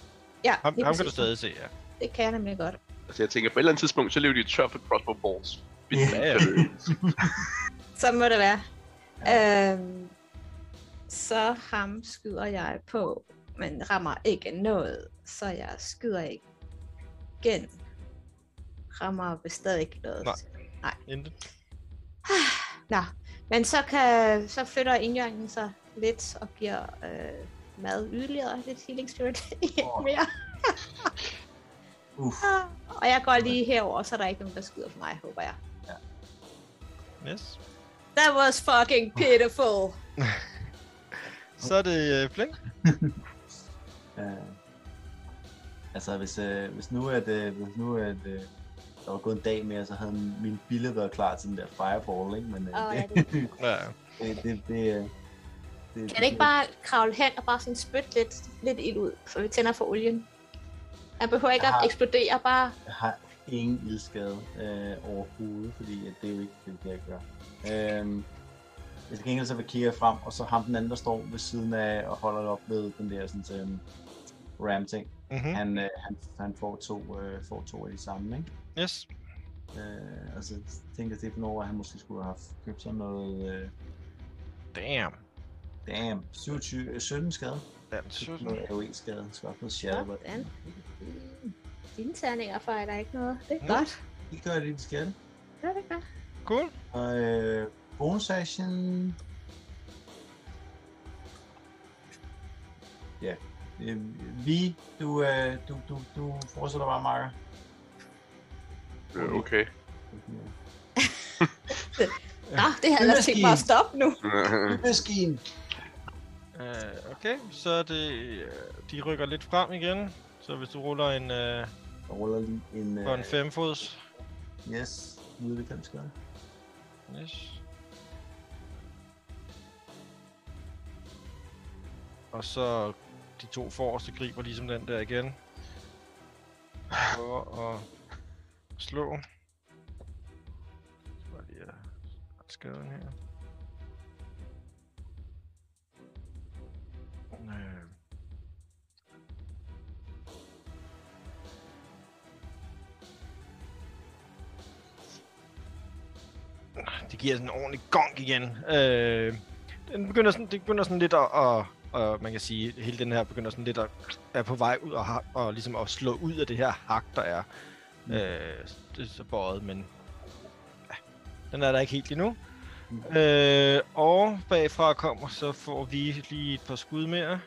Ja, Ham, lige ham kan du præcis. stadig se, ja. Det kan jeg nemlig godt. Altså jeg tænker, på et eller andet tidspunkt, så lever de tør for crossbow balls. Ja, ja. Så må det være. Øhm, så ham skyder jeg på, men rammer ikke noget. Så jeg skyder igen. Rammer vist stadig ikke noget. Nej. Nej. Intet. Nå, men så, kan, så flytter indjørningen sig lidt og giver øh, mad yderligere lidt healing spirit Åh. mere. Ah, Uff. og jeg går lige herover, så er der ikke nogen, der skyder på mig, håber jeg. Yes. That was fucking pitiful. Så er det øh, Flink. Øh, altså, hvis, øh, hvis nu, at, øh, hvis nu at, øh, der var gået en dag mere, så havde min bille været klar til den der fireball, ikke? Men øh, Åh, ja, det, det, Ja, det, det, det, øh, det, Kan det ikke bare kravle hen og bare sådan spytte lidt, lidt ild ud, så vi tænder for olien? Han behøver ikke Ah. at eksplodere, bare... Jeg har ingen ildskade øh, overhovedet, fordi at det er jo ikke det, jeg gør. Øh, hvis gengæld så vil kigge frem, og så ham den anden, der står ved siden af og holder op ved den der sådan, sådan, ram-ting. Mhm. Han, øh, han, han får, to, øh, får to af de samme, ikke? Yes. Øh, altså, tænkte jeg til på Norge, at han måske skulle have haft købt sådan noget... Øh, Damn. damn, 27, øh, 17 skade. Ja, men 17. sådan. Noget AOE-skade. Skal også noget shadow. Sådan. Dine terninger fejler ikke noget. Det er Mm. godt. De gør det, de skal. Ja, det er godt. Cool. Og øh, bonus action... Ja. Øh, vi, du, øh, du, du, du fortsætter bare, Marker. Øh, okay. Mm. Nå, det har jeg ellers tænkt mig at stoppe nu. Maskinen! Uh, okay, så er det... øh, De rykker lidt frem igen. Så hvis du ruller en, øh, Jeg ruller lige en... øh, for en femfods... Yes, ude ved skade. Yes. Og så de to forreste griber ligesom den der igen. Prøver at slå. Så var lige at rette skaden her. Øh. det giver sådan en ordentlig gong igen. Øh, den begynder sådan, det begynder sådan lidt at, at, at, man kan sige, hele den her begynder sådan lidt at, er på vej ud og, har- og ligesom at slå ud af det her hak, der er. Mm. Øh, det er så bøjet, men ja, den er der ikke helt endnu. Mm. Øh, og bagfra kommer, så får vi lige et par skud mere.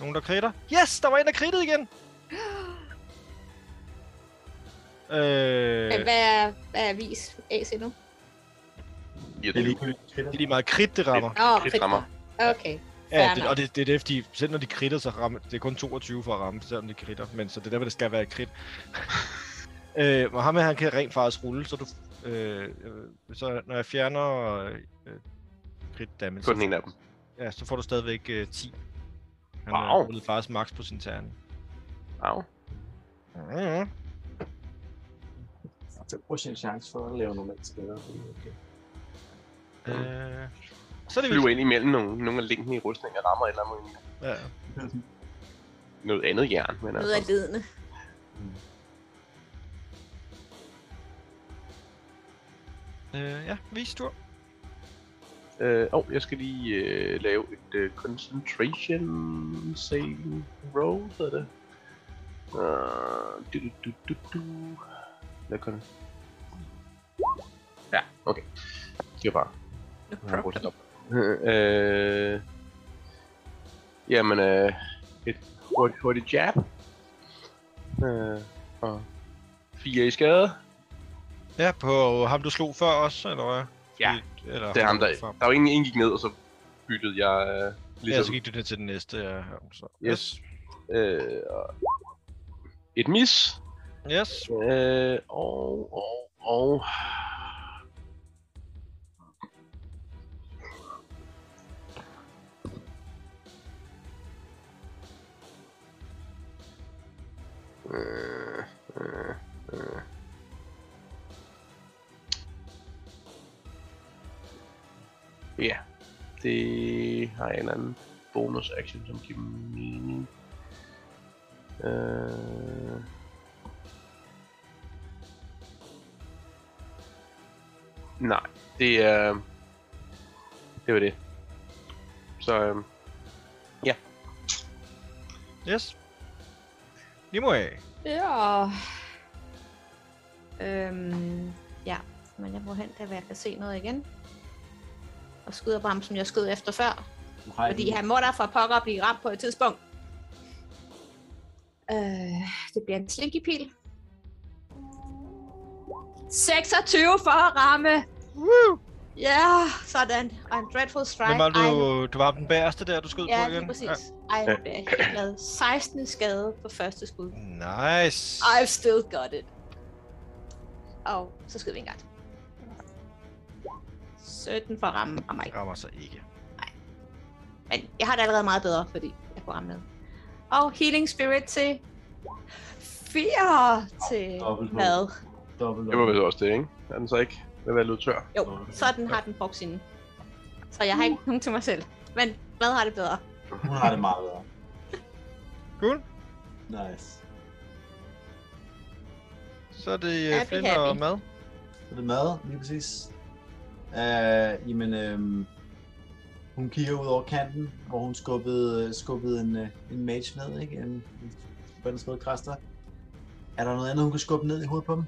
Nogen, der kritter. Yes, der var en, der krittede igen! øh, Øh. Men hvad er, hvad er vis AC nu? Det Ja, er det lige det er lige meget kridt, det rammer. Nå, er lidt rammer. Okay. Ja, Fair det, nok. og det, det er det, fordi selv når de kritter, så rammer det er kun 22 for at ramme, selvom de kritter. Men så det er derfor, det skal være et krit. øh, og ham her, han kan rent faktisk rulle, så du... Øh, øh, så når jeg fjerner øh, øh, crit damage, Kun en så, af dem. ja, så får du stadigvæk øh, 10. Han Wow. wow. rullede faktisk max på sin terning. Au. Mm-hmm. Så prøv en chance for at lave normalt skader. Øh, så er det Flyver vildt. ind imellem nogle, nogle af linkene i rustningen og rammer et eller andet. Ja. Noget andet jern, men Noget af altså. ledende. Øh, ja, vis tur. Øh, og jeg skal lige øh, lave et øh, concentration saving roll, hedder det. Øh, du, du, du, du, du. Hvad kan det? Ja, okay. Det var bare No problem. Ja, rulle op. øh, jamen, øh, et hurtigt, hurtigt jab. Øh, og fire i skade. Ja, på ham, du slog før også, eller hvad? Ja, eller, Det er ham, der, frem. der var en, en gik ned, og så byttede jeg øh, Ja, så ligesom. gik du ned til den næste. Ja, så. Yes. Øh, og et miss. Yes. Øh, og, og, og... Øh, Ja, det har jeg en eller anden bonus action, som giver mening. Øh... Nej, det er... Det var det. Så øhm, Yes. Nimue. Ja. Øhm, ja, men jeg må hen der, hvor jeg kan se noget igen. Og skyder på ham, som jeg skød efter før. Du har Fordi en- han må da fra pokker blive ramt på et tidspunkt. Øh, det bliver en slinky pil. 26 for at ramme! Woo! Ja, yeah, sådan. Og en dreadful strike. Hvem var Ej, du? Du var den bæreste der, du skød Ja, på igen? lige præcis. Ej, nu bliver jeg helt glad. 16 skade på første skud. Ja. Nice. I've still got it. Og så skyder vi en gang. 17 for at ramme rammer Det ikke. rammer sig ikke. Men jeg har det allerede meget bedre, fordi jeg kunne ramme med. Og Healing Spirit til 4 til Dobbelt hul. mad. dobbelt det var vel også det, ikke? Er den så ikke ved at være lidt tør? Jo, sådan har den brugt sine. Så jeg har ikke nogen til mig selv. Men mad har det bedre. Hun har det meget bedre. Cool. Nice. Så er det Happy, uh, Flint og happy. mad. Så er det mad, lige præcis. Uh, jamen, øhm, hun kigger ud over kanten, hvor hun skubbede, skubbede en, øh, en mage ned, ikke? En, en bønderskåde kræster. Er der noget andet, hun kan skubbe ned i hovedet på dem?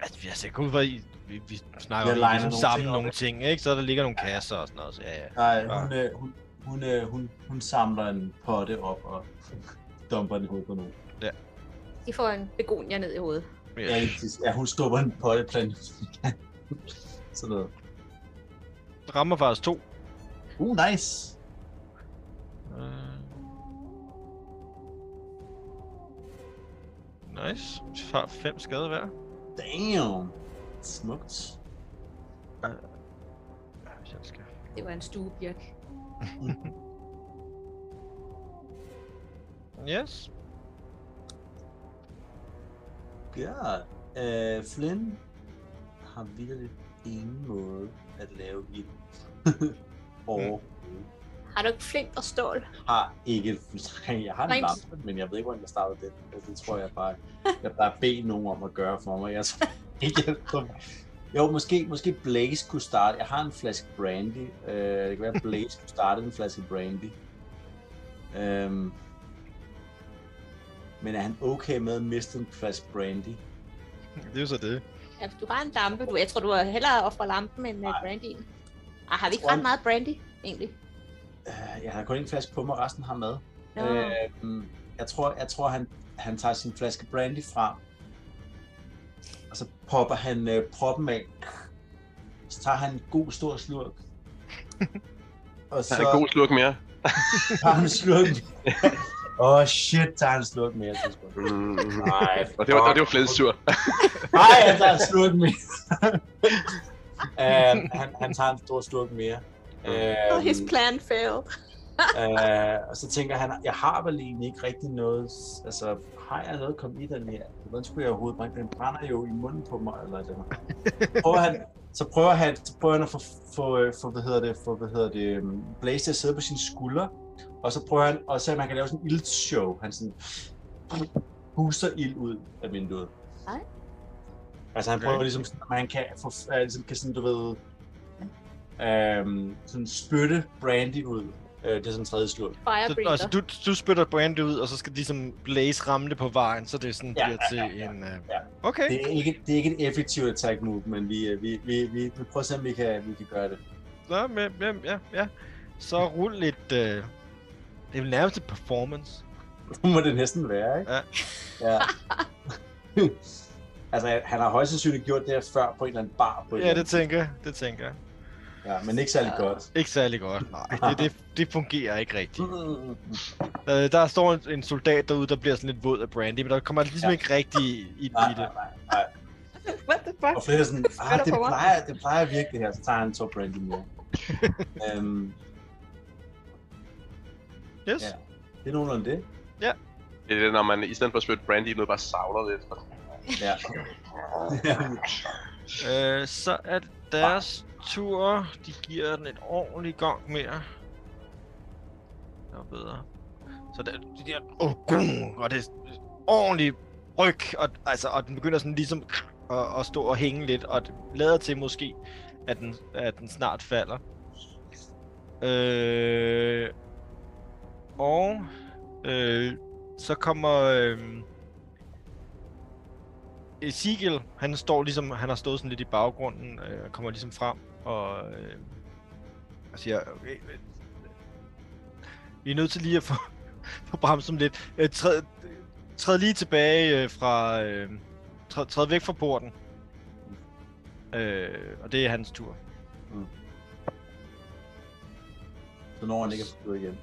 Altså, jeg ser kun ud, hvad I... Vi, vi Vi snakker har om legnet ligesom nogle sammen ting op, nogle ikke? ting, ikke? Så der ligger nogle kasser og sådan noget. Så ja, ja. Nej, Ah. hun, øh, hun, hun, øh, hun, hun samler en potte op og dumper den i hovedet på nogen. De får en begonia ned i hovedet. Ja, lige præcis. ja hun skubber en potteplante. Sådan noget. Det rammer faktisk to. Uh, nice! Øh. Nice. Vi har fem skade hver. Damn! Smukt. Hvis jeg skal. Det var en stuebjørk. Yes. Ja, øh, Flynn har virkelig ingen måde at lave ild. og Har du ikke flint og stål? har ikke... Nej, jeg har en Nej. lampe, men jeg ved ikke, hvordan jeg startede den. Altså, det tror jeg bare... Jeg bare beder nogen om at gøre for mig. Jeg tror ikke, jeg tror... Jo, måske, måske Blaze kunne starte... Jeg har en flaske brandy. Øh, det kan være, Blaze kunne starte en flaske brandy. Øhm, men er han okay med at miste en flaske brandy? Det er jo så det. Ja, Altså, du har en lampe. Du, jeg tror, du har hellere ofre lampen end Nej. brandyen. Ah, har vi ikke Tror ret jeg- meget brandy, egentlig? Øh, Jeg har kun en flaske på mig, resten har med. Nå. Øh, Øhm, jeg tror, jeg tror han, han tager sin flaske brandy frem, og så popper han øh, proppen af. Så tager han en god stor slurk. og Der så er en god slurk mere. tager han en slurk Åh oh shit, tager han en slurk mere. synes jeg. Mm. Nej, og det var, og Mm-hmm. det var fuck. flædesur. Nej, han tager en slurk mere. øhm, han, han tager en stor slurk mere. Oh, his Øhm, plan failed. Øh, og så tænker han, jeg har vel egentlig ikke rigtig noget, altså har jeg noget kom i den her? Hvordan skulle jeg overhovedet bringe den? Den brænder jo i munden på mig, eller det prøver han, så prøver han, så prøver han at få, få, øh, få hvad hedder det, få, hvad hedder det, øhm, Blaze til at sidde på sine skuldre, og så prøver han også, at man kan lave sådan en ildshow. Han sådan puster ild ud af vinduet. Ej. Altså han Okay. prøver ligesom sådan, at man kan, få, øh, ligesom kan sådan, du ved, øhm, sådan spytte brandy ud. Øh, det er sådan tredje slurk. Så, Firebreather. altså, du, du spytter brandy ud, og så skal de ligesom blaze ramme det på vejen, så det er sådan Ja, ja, bliver ja, til ja, ja, en... Uh... ja. Okay. Det er ikke, det er ikke et effektivt attack move, men vi, øh, vi, vi, vi, vi prøver at se, om vi kan, vi kan gøre det. Nå, men, ja, ja, ja. Så rul lidt... Øh... Det er jo nærmest et performance. Nu må det næsten være, ikke? Ja. ja. altså, han har højst sandsynligt gjort det her før på en eller anden bar. På et Ja, eller det tænker jeg. Det tænker jeg. andet- ja, men ikke særlig godt. Ikke særlig godt, nej. Det, det, det fungerer ikke rigtigt. Mm. Øh, der står en, en soldat derude, der bliver sådan lidt våd af brandy, men der kommer ligesom Ja. ja. ikke rigtig ind Nej, i det. nej, nej, nej. What the fuck? Og Fred er sådan, ah, det på mig." plejer, det plejer virkelig det her. Så tager han to brandy mere. øhm, Yes. ja. Det er nogenlunde det. Det er det, når man i stedet for at spytte brandy noget, bare savler lidt. Ja. Øh, så er deres tur. De giver den et ordentligt gang mere. Det var bedre. Så der, de der, oh, grum, og det er ordentligt ryg, og, altså, og den begynder sådan ligesom at, at stå og hænge lidt, og det lader til måske, at den, at den snart falder. Øh, og øh, så kommer øh, Ezekiel, han står ligesom, han har stået sådan lidt i baggrunden, øh, kommer ligesom frem og, øh, og siger, okay, øh, vi er nødt til lige at få, få bremsen lidt. Øh, træd, træd lige tilbage øh, fra, øh, træd, træd væk fra porten. Øh, og det er hans tur. Så når han ikke er på tur igen.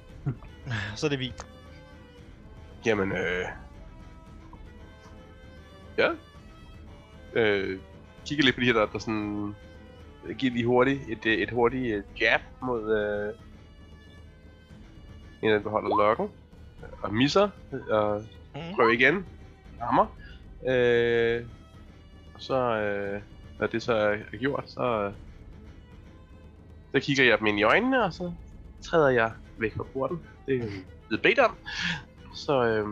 Så er det vi. Jamen, øh... Ja. Øh, kigger lidt på de her, der, der sådan... Jeg giver lige hurtigt et, øh, et hurtigt øh, jab mod... Øh, en, der beholder lokken. Og misser. Og Mm. prøver igen. Rammer. Øh, og så... Øh, når det så er gjort, så... Øh, så kigger jeg dem ind i øjnene, og så træder jeg væk fra porten. Det er jeg blevet bedt om. Så øh,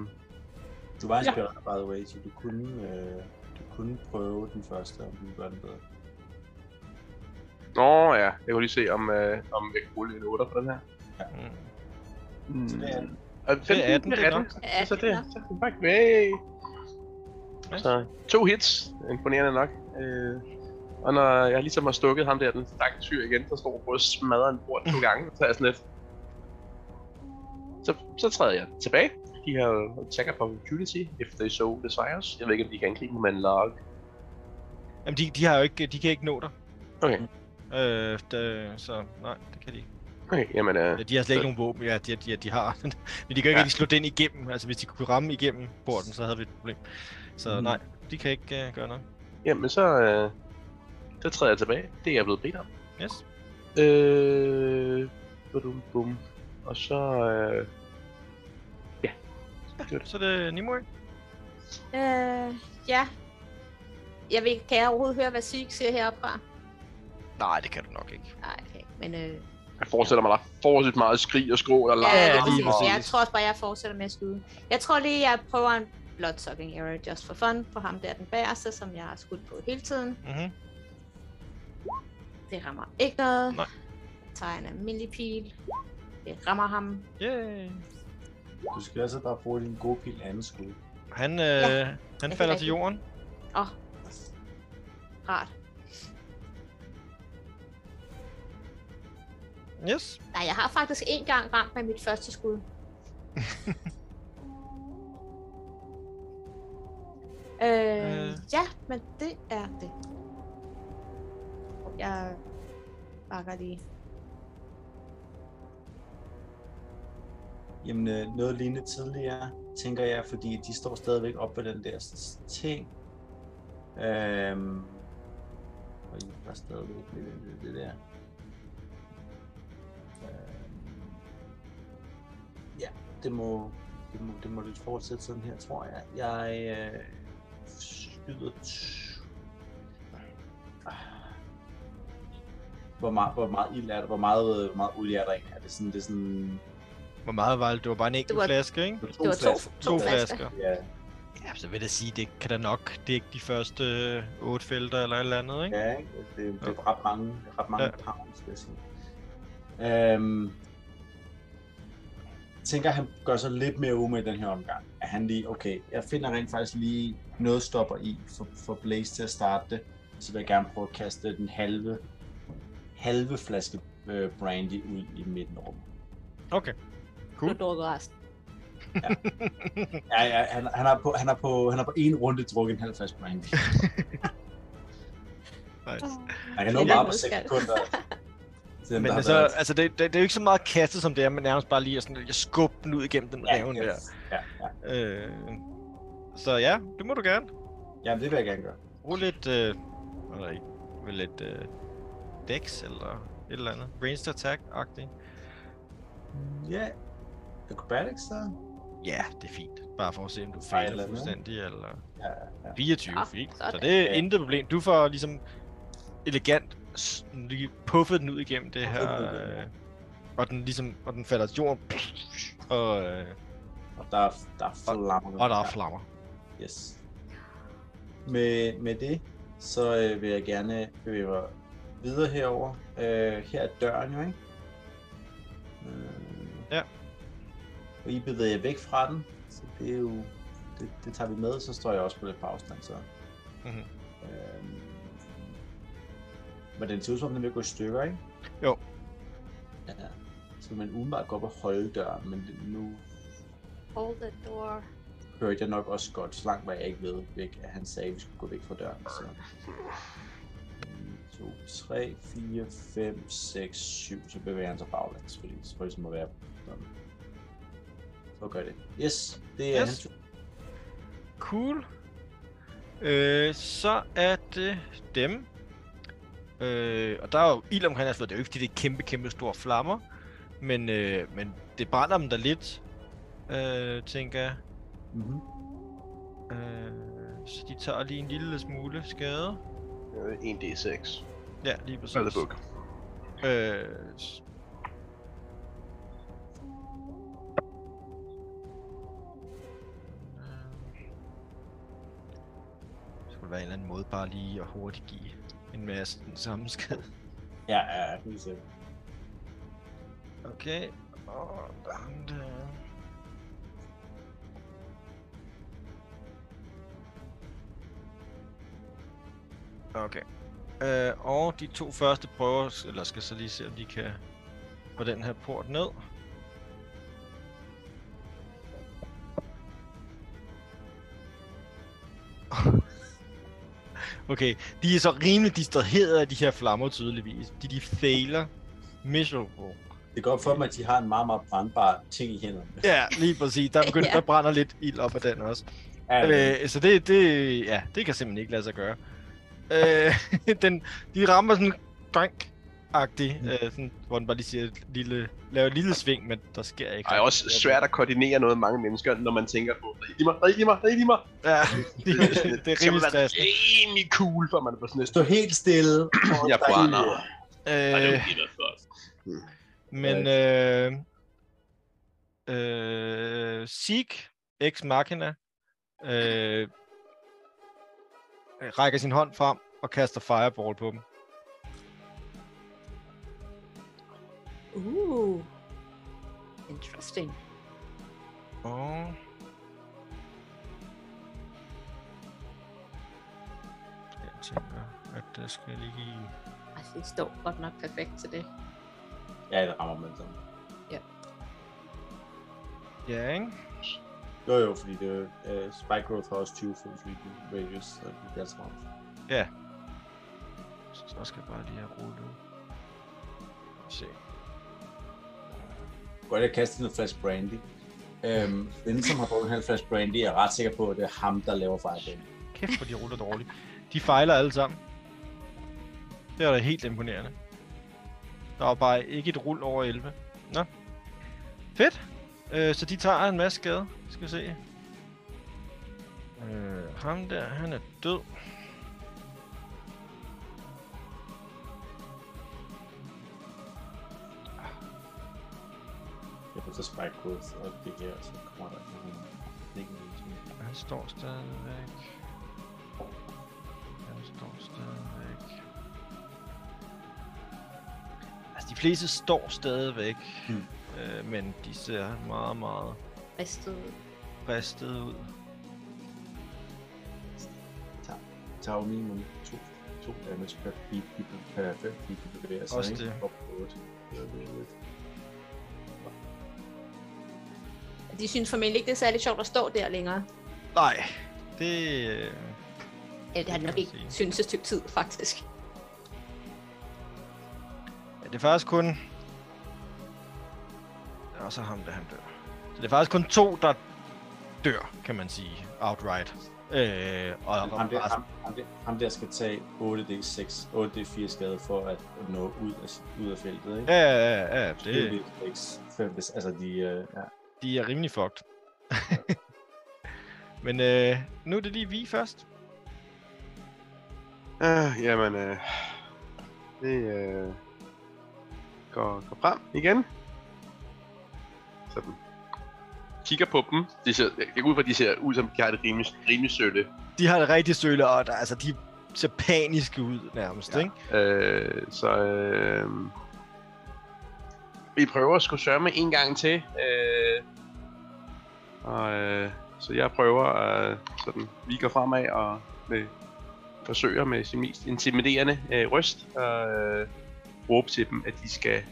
Du var Ja. inspireret, by the way, så du kunne, øh, du kunne prøve den første, om du gør den bedre. Nå ja, jeg kunne lige se, om, øh, om jeg kan bruge en 8 på den her. Mm. Mm. Så det er den. Og 15, det er 18, det er nok. 18. Ja, Så det er det, så er det faktisk væk. Ja. Så to hits, imponerende nok. Øh, og når jeg ligesom har stukket ham der, den stakkels syr igen, så står jeg både og smadrer en bord to gange, så er jeg sådan lidt... Så, så træder jeg tilbage. De har jo attack of opportunity, if they so desires. Jeg ved ikke, om de kan angribe mig med en log. Jamen, de, de, har jo ikke, de kan ikke nå dig. Okay, Øh, d- så nej, det kan de ikke. okay, jamen... Øh, Ja, de har slet ikke nogen våben, ja, de, de, de har. Men de kan ikke Ja. ja. rigtig slå den igennem. Altså, hvis de kunne ramme igennem porten, så havde vi et problem. Så Mm. mm. nej, de kan ikke uh, gøre noget. jamen så... Øh, så træder jeg tilbage. Det er jeg blevet bedt om. Yes. Øh... Bum, bum. Og så... Øh... Så er det Nimue. Øh, ja. Jeg ved, ikke, kan jeg overhovedet høre, hvad Sig siger heroppefra? Nej, det kan du nok ikke. Nej, okay. Men øh, Jeg forestiller mig, der er forholdsvis meget skrig og skrål og larm. ja, og- lige præcis. jeg tror også bare, jeg fortsætter med at skyde. Jeg tror lige, jeg prøver en bloodsucking arrow just for fun på ham der den bagerste, som jeg har skudt på hele tiden. Mm-hmm. Det rammer ikke noget. Nej. Jeg tager en almindelig pil. Det rammer ham. Yeah. Du skal altså bare bruge din gode pil anden skud. Han, øh, Ja, ja. han det er falder til rigtigt. jorden. Åh, oh. rart. Yes. Nej, jeg har faktisk en gang ramt med mit første skud. øh, Øh. Ja, men det er det. Jeg bakker lige. Jamen, øh, noget lignende tidligere, tænker jeg, fordi de står stadigvæk op på den der s- ting. Øhm, og I var stadigvæk lidt det, det der. Øhm, ja, det må, det må, det må lidt fortsætte sådan her, tror jeg. Jeg øh, skyder... T- Ah. hvor meget, hvor meget ild er der? Hvor meget, hvor meget olie er der egentlig? Er det sådan, det er sådan Hvor meget var det? Det var bare en enkelt var- flaske, ikke? det Det var to, to, To flasker. flasker. Ja, Ja, så vil jeg sige, det kan da nok. Det er ikke de første øh, otte felter eller et eller andet, ikke? ja ikke? Altså, det, det er ret mange, det er ret mange Ja. ja. pounds, vil jeg sige. Øhm, jeg tænker, at han gør sig lidt mere umage den her omgang. At han lige, okay, jeg finder rent faktisk lige noget stopper i for, for Blaze til at starte det. Så vil jeg gerne prøve at kaste den halve, halve flaske øh, brandy ud i midten af rummet. Okay. Du drukker resten. Ja, ja, han, han, har på, han, har på, han har på en runde drukket en halv flaske brandy. Nice. Han kan nå Det er lidt meget på 6 modskab. sekunder. Til dem, der Men har altså, været- altså det, det, det, er jo ikke så meget kastet, som det er, men nærmest bare lige at sådan, jeg skubber den ud igennem den revne der. Ja, ja. Øh, så ja, det må du gerne. Jamen, det vil jeg gerne gøre. Brug lidt, øh, hvad ved jeg ikke, vel lidt øh, dex eller et eller andet. Ranged attack-agtigt. Ja. Acrobatics, så? Ja, det er fint. Bare for at se, om du eller fejler noget. fuldstændig, eller... Ja, ja. 24, Nå, fint. Så sådan. det er Ja. intet problem. Du får ligesom elegant s- lige puffet den ud igennem det her, Puffet den ud igennem, øh, og den ligesom, og den falder til jorden, og, øh, Og der er, der er flammer. og der er flammer. Yes. Med, med det, så øh, vil jeg gerne bevæge mig videre herover. Øh, her er døren jo, ikke? Øh, Ja. Og I bevæger jer væk fra den, så det er jo... Det, det tager vi med, så står jeg også på lidt på afstand, så. Mhm. Øh, men den ser ud som, om den vil gå i stykker, ikke? Jo. Ja. Så man umiddelbart går op og holde døren, men det- nu Hold the door. hørte jeg nok også godt, så langt var jeg ikke ved, væk, at han sagde, at vi skulle gå væk fra døren. Så. 2, 3, 4, 5, 6, 7, så bevæger han sig baglæns, fordi det selvfølgelig må ligesom være sådan. Så gør det. Yes, det er Yes. yes. han. Cool. Øh, så er det dem. Øh, og der er jo ild omkring altså, det er jo ikke de der kæmpe, kæmpe store flammer. Men, øh, men det brænder dem da lidt, øh, tænker jeg. Mm-hmm. Øh, så de tager lige en lille smule skade. Øh, 1d6. Ja, lige præcis. Eller buk. Øh, s- Det skulle være en eller anden måde bare lige at hurtigt give en masse den samme skade. Ja, ja, ja, helt sikkert. Okay, og den der... Okay. Øh, og de to første prøver, eller skal så lige se, om de kan få den her port ned. okay, de er så rimelig distraherede af de her flammer tydeligvis. De, de failer miserable. Det går op for mig, at de har en meget, meget brandbar ting i hænderne. Ja, lige præcis. Der, begynder, Ja. ja. der brænder lidt ild op af den også. Ja, ja. Øh, så det, det, ja, det kan simpelthen ikke lade sig gøre. Øh, den, de rammer sådan drank Mm. agtig øh, sådan, hvor den bare lige siger et lille, laver et lille sving, men der sker ikke. Ej, også svært at koordinere noget med mange mennesker, når man tænker på, rig i mig, rig i mig, rig i mig. Ja, det, det, det er rimelig Det stressende. er rimelig cool, for man er på sådan et Stå helt stille. Og Jeg brænder. Øh, altså. men øh, øh, Sieg, ex machina, øh, rækker sin hånd frem og kaster fireball på dem. Uh. Ooh. Interesting. Og... Jeg tænker, at der skal lige... Altså, det står godt nok perfekt til det. Ja, det rammer man sådan. Ja, ikke? Jo jo, fordi det, uh, Spike Growth har også 20 fods radius, så det bliver altså ramt. Så skal jeg bare lige have rullet ud. Se. godt at kaste noget flash brandy. Øhm, den, som har brugt en flash brandy, er jeg ret sikker på, at det er ham, der laver fireball. Kæft, hvor de ruller dårligt. De fejler alle sammen. Det var da helt imponerende. Der var bare ikke et rul over 11. Nå. Fedt. Øh, så de tager en masse skade. Skal vi se. Øh, ham der, han er død. Jeg får så spike growth, og det her, så kommer der ikke nogen. det er ikke nogen ting. Han står stadigvæk. Han står stadigvæk. Altså, de fleste står stadigvæk, Mm. øh, men de ser meget, meget Ristet. ristede ud. Det tager jo minimum to, to damage per beat, de be- per fem beat, de bevæger sig. Også ikke? det. Op på otte. Det er jo lidt- De synes formentlig ikke, det er særlig sjovt at stå der længere. Nej, det... Øh, Ja, det har kan jeg nok man ikke sige. synes et stykke tid, faktisk. ja, det er faktisk kun... Det er også ham, der han dør. Så det er faktisk kun to, der dør, kan man sige, outright. Øh, og, Ham, ham, der, resten- ham, ham, der, ham der skal tage 8d6, 8d4 skade for at nå ud af, ud af feltet, ikke? Ja, ja, ja, ja, det... 8d6, 5 altså de, øh, ja. de er rimelig fucked. Men øh, nu er det lige vi først. Øh, jamen, øh, Ah, Det øh, går, går frem igen. Sådan. Kigger på dem. De ser, jeg jeg går ud fra, at de ser ud som, de har det rimelig, rimelig sølle. De har det rigtig sølle, og der, altså, de ser paniske ud nærmest, Ja. ja. ikke? Øh, så øh, vi prøver at skulle sørge med en gang til. Øh, og, øh, så jeg prøver at sådan, vi går fremad og med, forsøger med sin mest intimiderende øh, røst at øh, råbe til dem, at de skal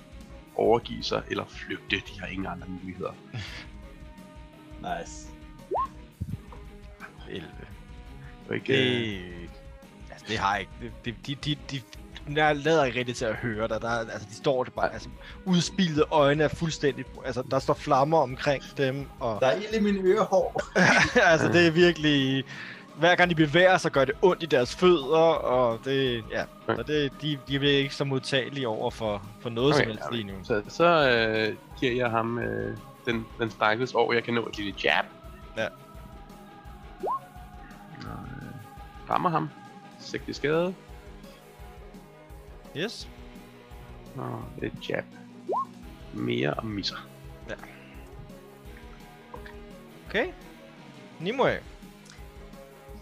overgive sig eller flygte. De har ingen andre muligheder. Nice. 11. Og ikke, øh, Det, altså, det har ikke... Det, det, de, de, de, jeg lader ikke rigtig til at høre dig. Der, er- altså, de står det bare... Altså, udspilede øjne er fuldstændig... Altså, der står flammer omkring dem, og... Der er ild i mine ørehår. altså, det er virkelig... Hver gang de bevæger sig, gør det ondt i deres fødder, og det... Ja, Ja. så det, de, de bliver ikke så modtagelige over for, for noget okay, Okay, som helst ja, lige nu. så så øh, giver jeg ham øh, den, den stakkels år, jeg kan nå et lille jab. Ja. Og, øh, rammer ham. 6 skade. Yes. Og et jab. Mere og misser. Okay. Nimue.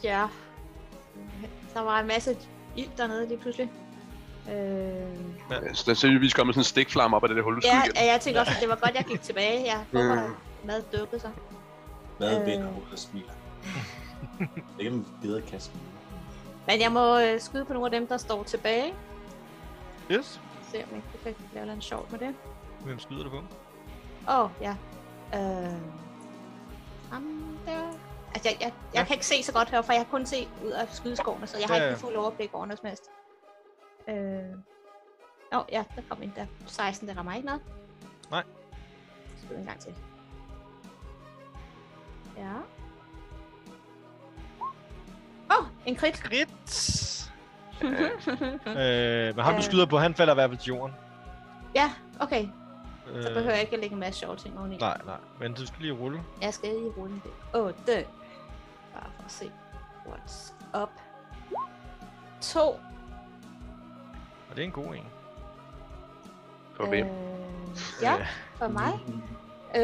Ja. Der var en masse ild dernede lige pludselig. Øh... Ja. Så der er sandsynligvis kommet sådan en stikflamme op af det der hul, du Ja, ja, ja. ja, jeg tænkte også, at det var godt, jeg gik tilbage. Jeg håber, Ja. at mad dukkede sig. Hvad Øh. vender ud og smiler? Det kan man bedre kaste med. Men jeg må øh, skyde på nogle af dem, der står tilbage. Yes. Se om jeg kan lave noget sjovt med det. Hvem skyder du på? Åh, oh, ja. Øh... Ham der... Altså, jeg, jeg, jeg Ja. kan ikke se så godt her, for jeg kan kun se ud af skydeskårene, så jeg har Ja, ikke ja. det fulde overblik over noget som helst. Øh... Nå, ja, der kom en der. 16, der rammer ikke noget. Nej. Skyd en gang til. Ja. Åh, oh, en krit. Grit. Ja. Øh, men ham du Øh. skyder på, han falder i hvert fald til jorden. Ja, okay. Øh, Så behøver jeg ikke at lægge en masse sjove ting oveni. Nej, nej. Men du skal lige rulle. Jeg skal lige rulle det. 8. Bare for at se. What's up? 2. Og det er en god en. For hvem? Øh, ja, Øh, for mig. Mm-hmm. Øh,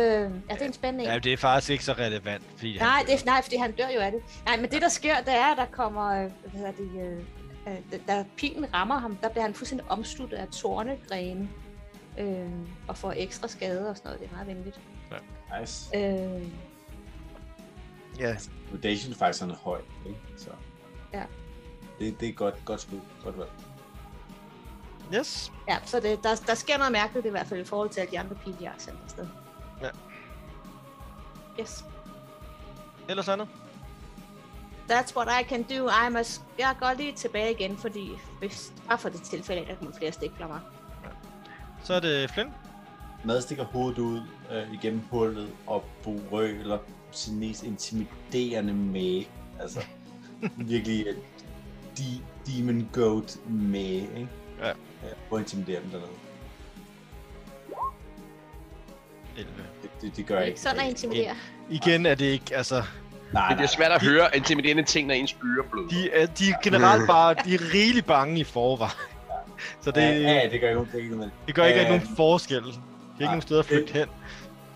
er det en spændende Ja, en? det er faktisk ikke så relevant, fordi han Nej, dør. det er, nej, fordi han dør jo af det. Nej, men det der sker, det er, at der kommer, øh, hvad hedder det, øh, øh, da- da pilen rammer ham, der bliver han fuldstændig omsluttet af tornegrene. Øh, og får ekstra skade og sådan noget. Det er meget venligt. Nice. Øh, Ja, Foundation faktisk er høj, ikke? Så. Ja. Det, det er godt, godt skud. Godt valg. yes. ja, så det, der, der sker noget mærkeligt i hvert fald i forhold til, at de andre pile, jeg har sendt afsted. Ja. Yes. Ellers andet? That's what I can do. I must... Jeg går lige tilbage igen, fordi hvis bare for det tilfælde, at der kommer flere stikflammer. Så er det Flynn. Mad stikker hovedet ud øh, igennem hullet og brøler sin mest intimiderende mage. Altså, virkelig øh, de, Demon Goat mage, ikke? Ja. ja prøv at intimidere dem dernede. 11. Det, det, det Det gør er jeg ikke sådan at intimidere. Igen er det ikke, altså... Nej, Det nej, er svært at høre intimiderende ting, når ens blyger bløder. De er, de er generelt bare... De er rigeligt bange i forvejen. Så det, nej. Ja, ja, det gør ikke nogen det gør ikke noget. det gør ikke rigtig Øh, nogen forskel. Det er ikke nej, nogen steder at det- flygte hen.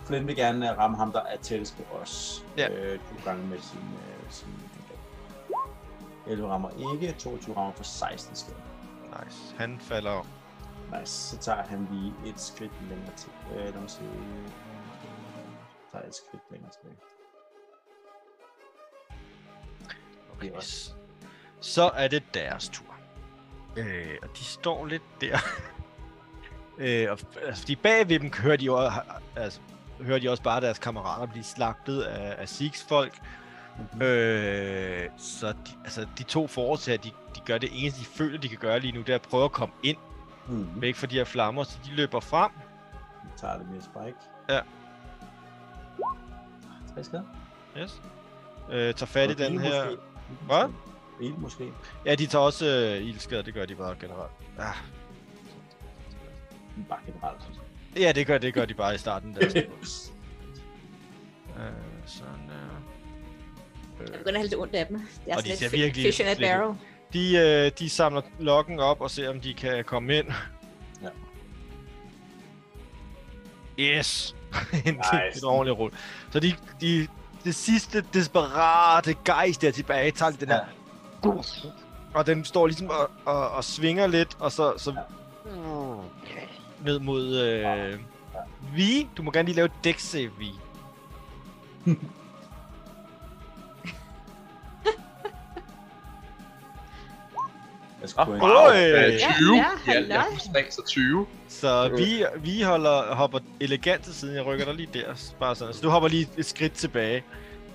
Flynn vil gerne øh, ramme ham, der er tættest på os. Ja. Øh, to gange med sin... Øh, sin angreb. 11 rammer ikke, 22 rammer for 16 skade. Nice. Han falder om. Nice, så tager han lige et skridt længere til. Øh, lad mig se. Tager et skridt længere tilbage. Okay. Det er også- Så er det deres tur. Øh, og de står lidt der. øh, og, altså, fordi bagved dem hører de, jo, altså, hører de også bare deres kammerater blive slagtet af, af Sigs folk. Øh, så de, altså, de to forårsager, de, de gør det eneste, de føler, de kan gøre lige nu, det er at prøve at komme ind Mm, væk fra de her flammer, så de løber frem. vi tager det mere spike. Ja. Tre skade. Yes. Øh, tager fat i Og ild den her... måske. Hvad? Ild måske. Ja, de tager også øh, ildskader, det gør de bare generelt. Ah, Bare generelt. ja, det gør, det gør de bare i starten. Der. Øh, sådan der. Øh, Jeg begynder at have lidt ondt af dem. Det er Og sådan de ser lidt fi- virkelig fish in a slidt ud. barrel. De, øh, de samler lokken op og ser, om de kan komme ind. Ja. Yes! en nice. Nice. en ordentlig rull. Så de, de, det sidste desperate gejst der er tilbage, tager lige den her. Og den står ligesom og, og, og svinger lidt, og så, så ned mod øh, Vi. Du må gerne lige lave et dex save, Vi. Jeg skulle Åh, oh, wow. Øh, Øh, 20. ja, ja, jeg, jeg halløj. husker ikke, så 20. Så vi, vi holder, hopper elegant til siden. Jeg rykker dig lige der. Bare sådan. Så du hopper lige et skridt tilbage.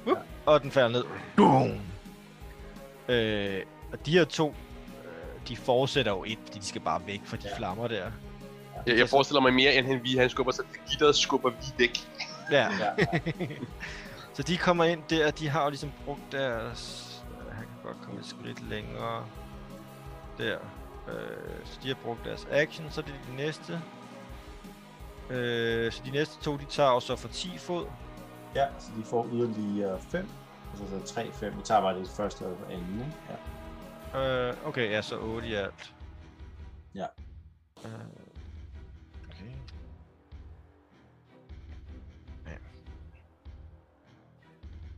Up, og den falder ned. Boom. Øh, og de her to, øh, de fortsætter jo ind, fordi de skal bare væk fra de flammer der. Jeg, jeg forestiller mig mere, end han, vi, han skubber sig. Gitteret skubber vi væk. Ja. Ja. så de kommer ind der, og de har jo ligesom brugt deres... øh, Han kan godt komme et skridt længere. Der. Øh, så de har brugt deres action, så er det de næste. Øh, så de næste to, de tager jo så for 10 fod. Ja, så de får yderligere 5. Altså så 3, 5. Vi tager bare det første og anden, ikke? Ja. Øh, okay, ja, så 8 i alt. Ja. Øh, okay.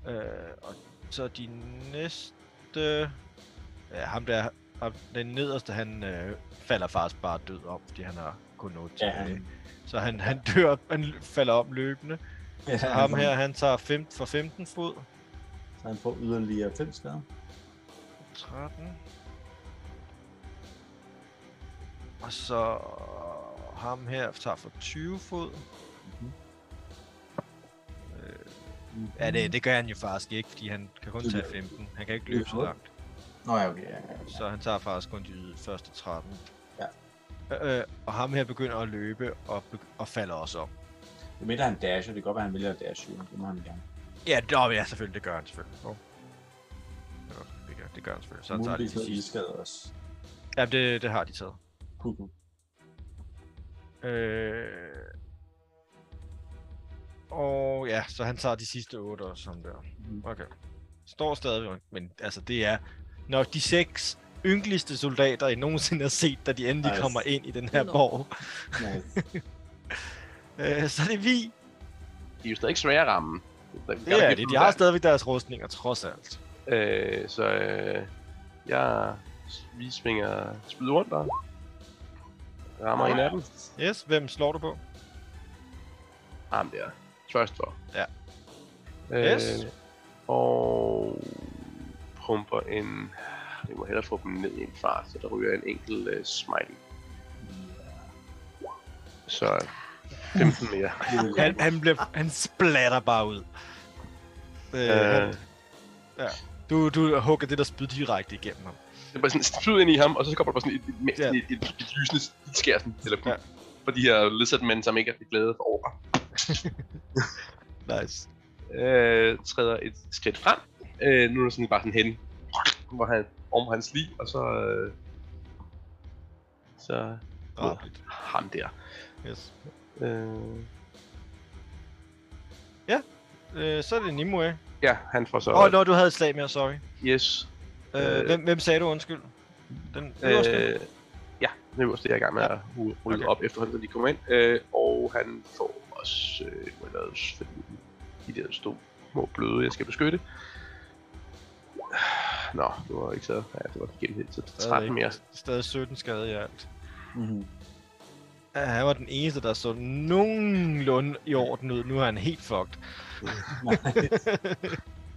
Ja. Øh, og så de næste... Ja, ham der... Ham, den nederste, han øh, falder faktisk bare død om, fordi han har kun 8 Ja, tilbage. han- Så han, han dør, han falder om løbende. ja Så ham her, han tager fem, for 15 fod. Så han får yderligere 5 skader. 13. Og så ham her tager for 20 fod. Mm. Ja, det, det gør han jo faktisk ikke, fordi han kan kun tage 15. Han kan ikke løbe så Mhm. langt. Nå ja, okay. Ja, ja. Så han tager faktisk kun de yde- første 13. Ja. Øh, øh, og ham her begynder at løbe og, be- og falder også om. Det mindre han dasher, det kan godt være, han vælger at dashe. jo. Det må han gerne. Ja, det, oh, ja selvfølgelig, det gør han selvfølgelig. Oh. Det gør, det gør han selvfølgelig. Så han tager de Muligvis til noget sidst. ildskade også. Ja, det, det har de taget. Kuku. Øh... Og ja, så han tager de sidste otte og sådan der. Mhm. Okay. Står stadigvæk, men altså det er nok de seks yngligste soldater, I nogensinde har set, da de endelig Nice. kommer ind i den her Nå. borg. Nice. Øh, så det er vi. De er jo stadig ikke svære at ramme. Det er det. De har stadigvæk deres rustninger, trods alt. Øh, så øh, jeg vi svinger spyd rundt og rammer en af dem. Yes, hvem slår du på? Ham der. Trust for. Ja. Øh, Yes. Og pumper en... Jeg må hellere få dem ned i en fart, så der ryger en enkelt uh, smiley. Så 15 mere. Han, han, bliver, han splatter bare ud. Øh, Øh. han, ja. Du, du hugger det der spyd direkte igennem ham. Det er bare sådan spyd ind i ham, og så kommer der bare sådan et, et, Ja. yeah. et, et, et lysende et skær sådan, eller Ja. yeah. for de her lizardmænd, som ikke er glade for over. Nice. øh, træder et skridt frem. Øh, nu er der sådan bare sådan hen, hvor han om hans lig, og så... Øh, så Rabeligt. ham der. Yes. Øh, Øh, så er det Nimue. Åh, ja, han får så... oh, når du havde et slag mere, sorry. Yes. Øh, Øh. hvem, hvem sagde du undskyld? Den øverste? Øh, ja, den øverste jeg er i gang med at rulle okay. Okay. op efterhånden, når de kommer ind. Øh, og han får også... Øh, må jeg lade os- fordi de der stod små bløde, jeg skal beskytte. Øh, Nå, det var ikke så... Ja, det var gennemhed, så 13 mere. Stadig 17 skade i alt. Mhm. Ja, han var den eneste, der så nogenlunde i orden ud. Nu er han helt fucked.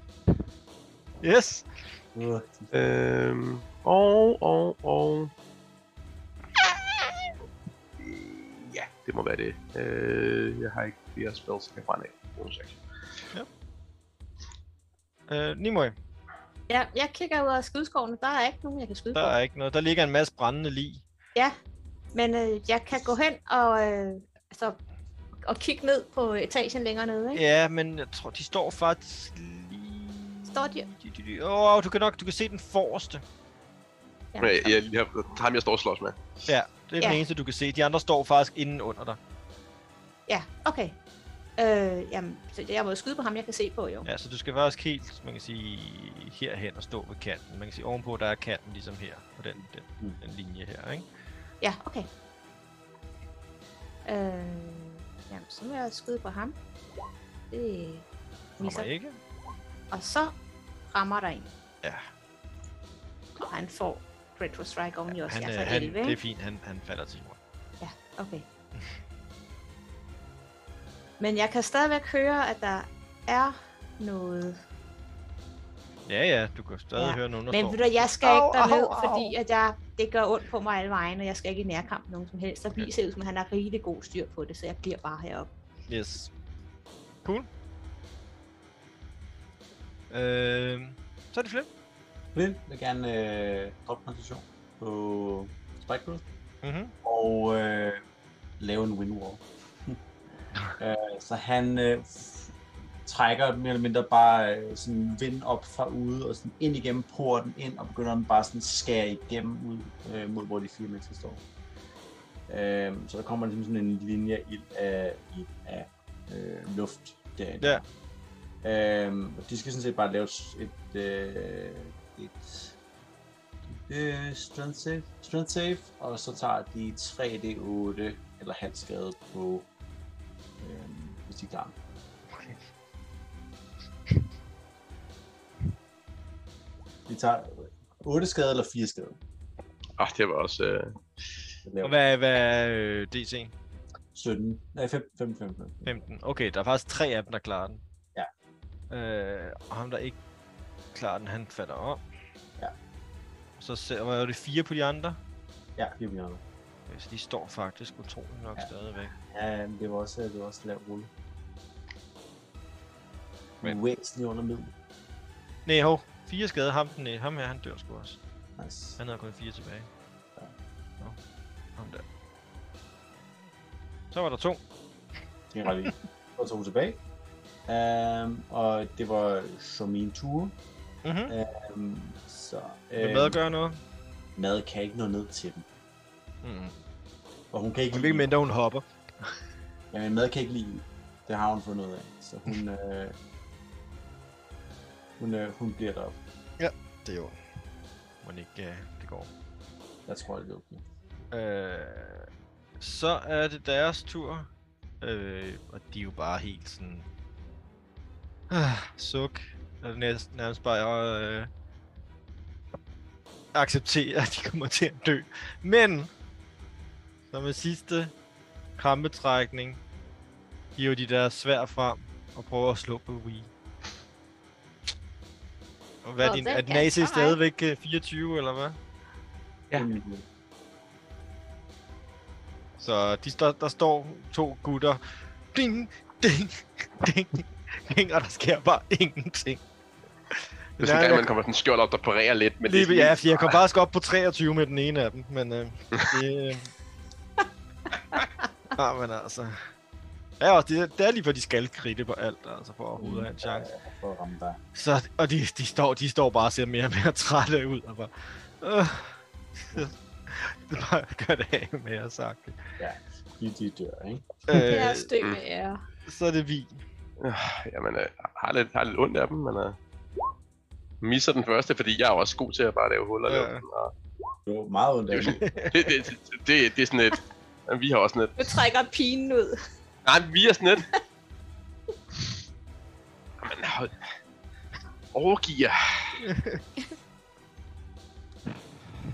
yes! Øh, Øhm, og, og, og... Ja, det må være det. Øh, jeg har ikke flere spells, jeg kan brænde af. Bonus action. Øh, Nimue, Ja, jeg kigger ud af skydeskovene. Der er ikke nogen, jeg kan skyde der på. er ikke noget. Der ligger en masse brændende lig. Men øh, jeg kan gå hen og, øh, altså, og kigge ned på etagen længere nede. Ikke? Ja, men jeg tror, de står faktisk lige... Står de? Åh, oh, du kan nok du kan se den forreste. Ja. Men jeg, jeg, jeg, ham jeg står og slås med. Ja, det er ja. Ja. den eneste, du kan se. De andre står faktisk inden under dig. ja, okay. Øh, jamen, så jeg må jo skyde på ham, jeg kan se på, jo. Ja, så du skal faktisk helt, man kan sige, herhen og stå ved kanten. Man kan sige, ovenpå der er kanten ligesom her, på den, den, Mm. den linje her, ikke? Ja, okay. Øh, jamen, så må jeg skyde på ham. Det Kommer misser. ikke? Og så rammer der en. Ja. Og han får Dreadful Strike oven i os. Han, Han, øh, altså han, 11, det er ikke? fint, han, han falder til jorden. Ja, okay. Men jeg kan stadigvæk høre, at der er noget. Ja, ja, du kan stadig Ja, høre nogen, der Men står. ved du, jeg skal ikke Au, derned, au, au. fordi at jeg, det gør ondt på mig alle vegne, og jeg skal ikke i nærkamp nogen som helst. Der Okay. okay. ser ud som, at han har rigtig god styr på det, så jeg bliver bare heroppe. Yes. Cool. Øh, så er det Flip. Flynn vil gerne øh, droppe koncentration på Spike Growth Mm-hmm. og øh, lave en windwall. øh, så han øh, trækker mere eller mindre bare øh, sådan vind op fra ude og sådan ind igennem porten ind og begynder den bare sådan at skære igennem ud øh, mod hvor de fire mennesker står. Øh, så der kommer ligesom sådan en linje af ild af, ild af øh, luft derinde. Ja. Øhm, og de skal sådan set bare lave s- et, øh, et øh, strength, save, strength save, og så tager de 3d8 eller halv skade på, øh, hvis de klarer. De tager 8 skade eller 4 skade. Ah, det var også... Øh, Så Og laver hvad, hvad er øh, DC? 17, nej 5, 5, 5, 5. 15. Okay, der er faktisk tre af dem, der klarer den. Ja. Øh, og ham, der ikke klarer den, han falder om. Ja. Så ser- hvad er det fire på de andre. Ja, 4 millioner. Okay, Så de står faktisk utroligt nok ja. Ja. stadigvæk. Ja, men det var også, det var også lav rulle. Men- Men. Væsentligt under middel. Nej, hov. Fire skade. Ham, den, øh, ham her, han dør sgu også. Nice. Han havde kun fire tilbage. Ja. Nå. Ham der. Så var der to. Det er ret vildt. Og tog tilbage. Um, og det var så min tur. Mhm. Um, så, Vil øhm, mad gøre noget? mad kan ikke nå ned til dem. Mm. Og hun kan ikke Hun vil ikke mindre, hun hopper. Jamen, mad kan ikke lide ild. Det har hun fundet ud af. Så hun, øh, hun, øh, hun bliver deroppe. Det er jo. Må ikke, øh, det går. Jeg tror, det er okay. Øh, så er det deres tur. Øh, og de er jo bare helt sådan... Ah, suk. Og næsten nærmest bare øh, acceptere, at de kommer til at dø. Men, som en sidste krampetrækning, hiver de deres svær frem og prøver at slå på Wii. Og hvad er Og din, den er din er AC sej. stadigvæk øh, 24, eller hvad? Ja. Så de står, der står to gutter. Ding, ding, ding, ding, og der sker bare ingenting. det er sådan en gang, man kommer sådan skjold op, der parerer lidt. Men lige, det er ja, sådan- fordi jeg kom faktisk op på 23 med den ene af dem, men øh, det... Øh... Ah, men altså... Ja, også, det, er- det er lige for, de skal kridte på alt, altså, for overhovedet at have en chance. øh, For at ramme dig. Så, og de, de, står, de står bare og ser mere og mere trætte ud, og bare... Øh, det er bare gør det af med at sagt. det. De, de dør, ikke? Det er Øh, støv mm. med ære. så er det vi. Øh, Jamen, øh, har, lidt, har lidt ondt af dem, men... Øh, misser den første, fordi jeg er jo også god til at bare lave huller. Ja. Ja. Og Det var meget ondt af det, er jo det. sådan, det, det, det, det, det, er sådan et... Jamen, Vi har også sådan et... Nu trækker pinen ud. Nej, men vi er sådan et... Jamen, hold... Overgiver.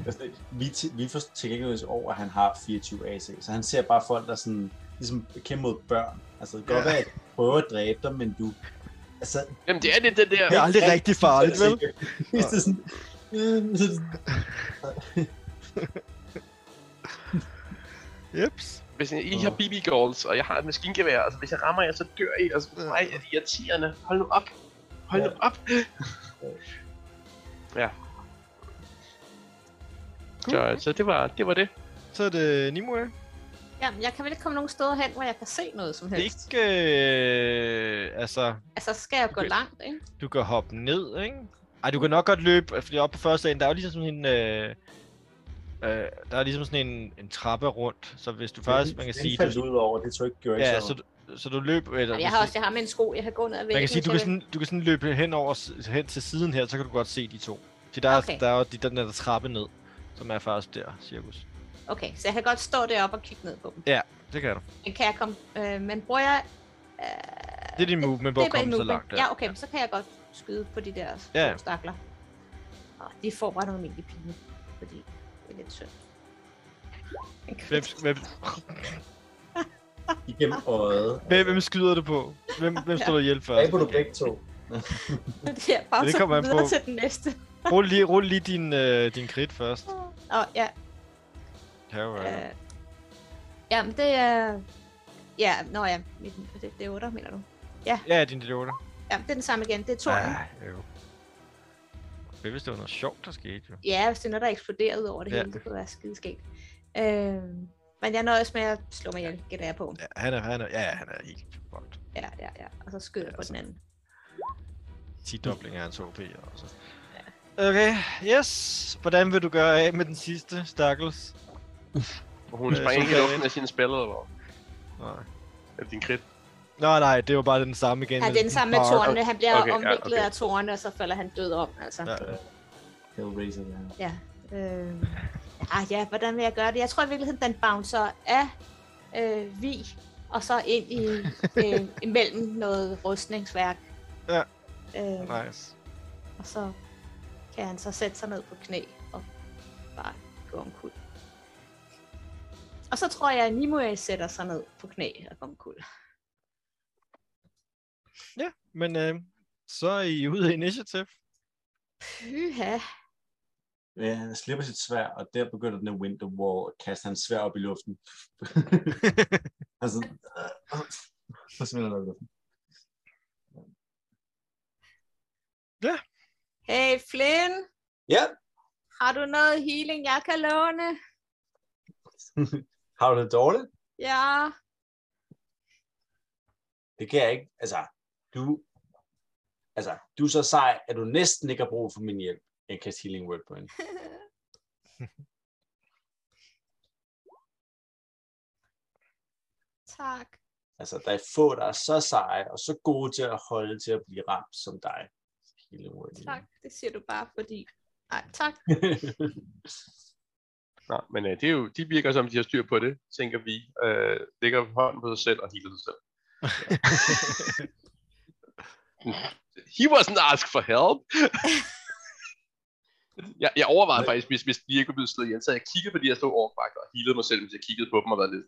Altså, vi, t- vi får tilgængeligvis over, at han har 24 AC, så han ser bare folk, der sådan, ligesom kæmper mod børn. Altså, det kan godt Ja. være, at du prøver at dræbe dem, men du... Altså, Jamen, det er lidt det der... Det er aldrig Ja, rigtig farligt, vel? Hvis det er sådan... øh, så- Jeps. Hvis I har BB Goals, og jeg har et maskingevær, altså hvis jeg rammer jer, så dør I, og så nej, er det irriterende. Hold nu op. Hold nu Ja. op. ja. Så, så altså, det, var, det var det. Så er det Nimue. Jamen, jeg kan vel ikke komme nogen steder hen, hvor jeg kan se noget som helst. Ikke, øh, altså, Altså, skal jeg gå Okay. langt, ikke? du kan hoppe ned, ikke? Ej, du kan nok godt løbe, fordi op på første dagen, der er jo ligesom sådan en, øh, øh, der er ligesom sådan en, en trappe rundt, så hvis du faktisk, man kan den sige, faldt du, ud over, det tror jeg ikke gjorde ikke ja, så så, du- så du løber... Eller, hvis Jeg har du- også jeg har med en sko, jeg har gået ned ad væggen. man kan sige, du så kan, sådan, det- du kan sådan løbe hen, over, s- hen til siden her, så kan du godt se de to. Så der, okay. Okay. der er jo de, den der trappe ned, som er faktisk der, cirkus. Okay, så jeg kan godt stå deroppe og kigge ned på dem. Det kan du. Men kan jeg komme... Øh, men bruger jeg... Øh, Det er din movement, hvor at det komme så langt der. Ja, okay, men så kan jeg godt skyde på de der Ja, ja. ja. stakler. Og de får bare nogle almindelige pile, fordi det er lidt synd. Hvem, hvem, Igennem øjet. hvem, hvem skyder du på? Hvem, hvem står du ihjel først? Ræber du begge to? Det er bare Ja, det så kommer an videre på. til den næste. Rul lige, rul lige din, øh, din crit først. Nå, ja, Terror. Øh, jamen, det er... Ja, nå ja, mit, det, det er 8, mener du? Ja, din idioter. Ja, det er den samme igen, det er 2. Ah. Ah, jo. Hvad hvis det var noget sjovt, der skete jo? Ja, hvis det er noget, der er eksploderet ud over det Ja. ja. hele, det kunne være skideskægt. Øh, men jeg nøjes med at slå mig ihjel, gætter jeg på. Ja, han er, han er, ja, han er helt fucked. Ja, ja, ja, og så skyder jeg på den anden. 10 dobling af hans HP og så. Okay, yes. Hvordan vil du gøre af med den sidste, stakkels? Hun Øh, så sprang ikke i kan jeg luften af sine spil, eller hvad? Nej. Eller din krit? Nå, nej, det var bare den samme igen. Ja, det er den samme med Bare- tårnene, han bliver Okay, okay, ja, omviklet okay. af tårnene, og så falder han død om, altså. Ja. Ja. Hellraiser, ja. ja. Øh, ah ja, hvordan vil jeg gøre det? Jeg tror i virkeligheden, den bouncer af øh, vi, og så ind i øh, imellem noget rustningsværk. Ja. Øh, Nice. og så kan han så sætte sig ned på knæ og bare gå omkuld. Og så tror jeg, at Nimue sætter sig ned på knæ og går omkuld. Men øh, så er I ude i initiative. Pyha. Ja, han slipper sit svær, og der begynder den her winter war at kaste hans svær op i luften. altså, øh, så smider han op i luften. Hey Flynn, Ja, har du noget healing, jeg kan låne? har du det dårligt? Ja. Det kan jeg ikke. Altså, du, altså, du er så sej, at du næsten ikke har brug for min hjælp. Jeg kan healing word på hende. tak. Altså, der er få, der er så seje og så gode til at holde til at blive ramt som dig. Healing word. Tak. Det siger du bare, fordi... Nej, tak. Nej, men øh, det er jo, de virker som, de har styr på det, tænker vi. Øh, lægger hånden på sig selv og healer sig selv. He wasn't asked for help. jeg, jeg overvejede faktisk, hvis, hvis de ikke var blevet slået ihjel, så jeg kiggede på de her store orkvagter og healede mig selv, mens jeg kiggede på dem og var lidt.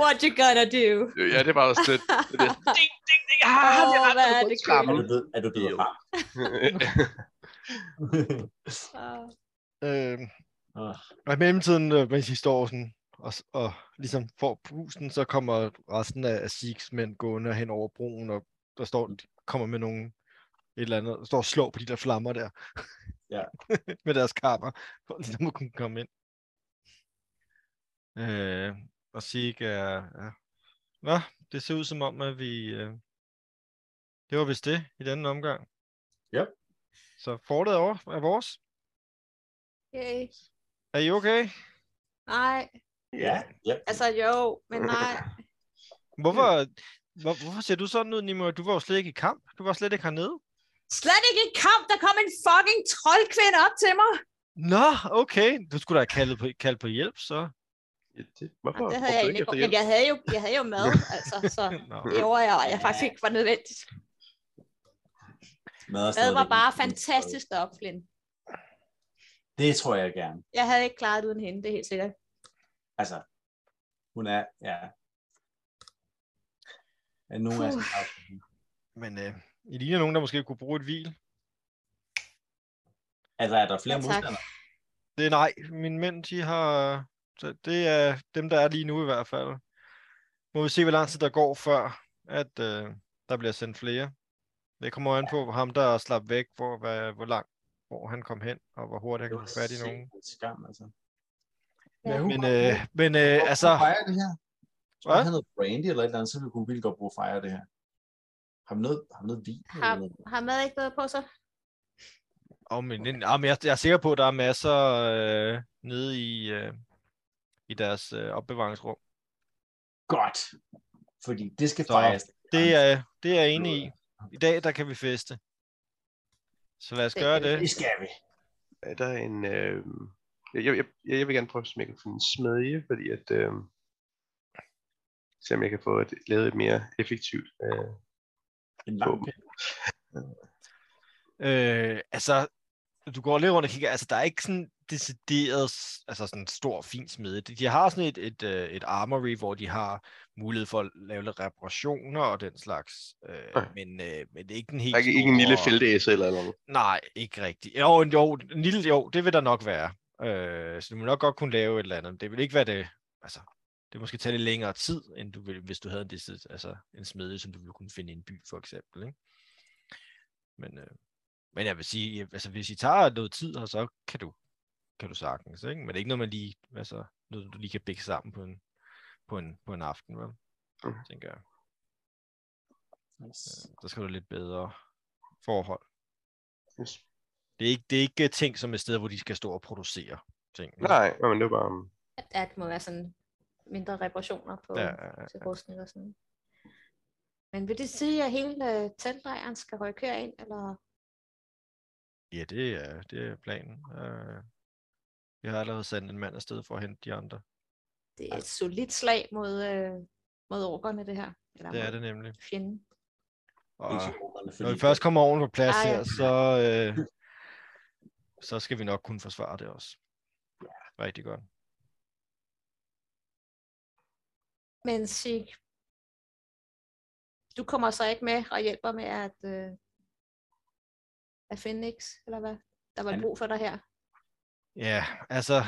What you gonna do? Øh, Ja, det var også lidt. Det der, ding, ding, ding. Ah, Åh, jeg ramte hvad mig er på det skammen. er du blevet, er du blevet Jo. ramt? Uh, øh, Åh, og i mellemtiden, øh, mens I står sådan og, s- og ligesom får pusen, så kommer resten af, af Sigs mænd gående hen over broen, og der står, de kommer med nogle et eller andet, og står og slår på de der flammer der. Ja. med deres kapper, for ligesom at kunne komme ind. Øh, og Sig er... Ja. Nå, det ser ud som om, at vi... Øh, det var vist det i denne omgang. Ja. Så fortet er over- er vores. okay. Er I okay? Nej, ja, ja. altså jo, men nej. Hvorfor, hvor, hvorfor ser du sådan ud, Nimo? Du var jo slet ikke i kamp. Du var slet ikke hernede. Slet ikke i kamp, der kom en fucking troldkvinde op til mig. Nå, okay. Du skulle da have kaldet på, kaldt på hjælp, så. Ja, det, Ja, hvorfor det havde brugte jeg du egentlig ikke ikke. efter Men hjælp? jeg havde jo, jeg havde jo mad, altså, så Nå. det overvejede jeg faktisk ikke var nødvendigt. Mad, Mad var bare fantastisk deroppe, Flynn. Det tror jeg gerne. Jeg havde ikke klaret det uden hende, det er helt sikkert. Altså, hun er, ja. Er nogen af os Puh. har- Men øh, I ligner nogen, der måske kunne bruge et hvil. Altså, er der flere Ja, tak. modstandere? Det er nej. Mine mænd, de har... Så det er dem, der er lige nu i hvert fald. Må vi se, hvor lang tid der går, før at øh, der bliver sendt flere. Det kommer an på ham, der slap væk, hvor, hvad, hvor langt hvor han kom hen, og hvor hurtigt han Det kunne var få fat i nogen. sindssygt skam, altså. Ja. Men, øh, men øh, altså... Hvorfor fejrer det her? Hvis Hvad? man havde noget brandy eller et eller andet, så ville vi kunne vildt godt bruge fejre det her. Har vi noget, har vi noget vin? Har, eller noget? har mad ikke noget på sig? Oh, men, okay. ah, men jeg, jeg er sikker på, at der er masser øh, nede i, øh, i i deres øh, opbevaringsrum. Godt. Fordi det skal Så, fejres. Det er, det er jeg enig i. I dag, der kan vi feste. Så lad os Det gøre kan vi. det. Det skal vi. Er der en... Øh... Jeg, jeg, jeg, jeg vil gerne prøve, om jeg kan finde en smedje, fordi at... Øh... Se om jeg kan få et, lavet et mere effektivt... Øh... En lang Åben. pind. Øh, altså, du går lidt rundt og kigger, altså der er ikke sådan decideret, s- altså sådan en stor, fin smede. De de har sådan et, et, øh, et armory, hvor de har mulighed for at lave lidt reparationer og den slags, øh, Ja. men, øh, men det er ikke den helt Der er ikke, ikke en lille store- feltæse eller noget. Nej, ikke rigtigt. Jo, en- jo, en lille, jo, det vil der nok være. Øh, så du må nok godt kunne lave et eller andet. men Det vil ikke være det, altså, det vil måske tage lidt længere tid, end du ville, hvis du havde en, decid- altså, en smedje, som du ville kunne finde i en by, for eksempel. Ikke? Men, øh, men jeg vil sige, ja, altså, hvis I tager noget tid her, så kan du, kan du sagtens. Ikke? Men det er ikke noget, man lige, altså, noget, du lige kan bække sammen på en, på en, på en aften, vel? Mhm. Tænker jeg. Øh, Yes. Der skal du lidt bedre forhold. Yes. Det er ikke, det er ikke øh, ting som et sted, hvor de skal stå og producere ting. ikke? Nej, nå, men det var bare... um, At, at det må være sådan mindre reparationer på Ja, ja, ja, ja, til rustning og sådan. Men vil det sige, at hele øh, teltlejren skal rykke herind, eller ja, det er, det er planen. Øh, jeg har allerede sendt en mand afsted for at hente de andre. det er et Altså- solidt slag mod, øh, mod orkerne, det her? Eller Det er mod det nemlig. Fjenden. Og Ikke så ordene, når vi fordi- først kommer oven på plads Ej, ja. her, så, øh, så skal vi nok kunne forsvare det også. Rigtig godt. Men Sig, du kommer så ikke med og hjælper med at, øh, at finde Nix, eller hvad? Der var Han- brug for dig her. Ja, altså,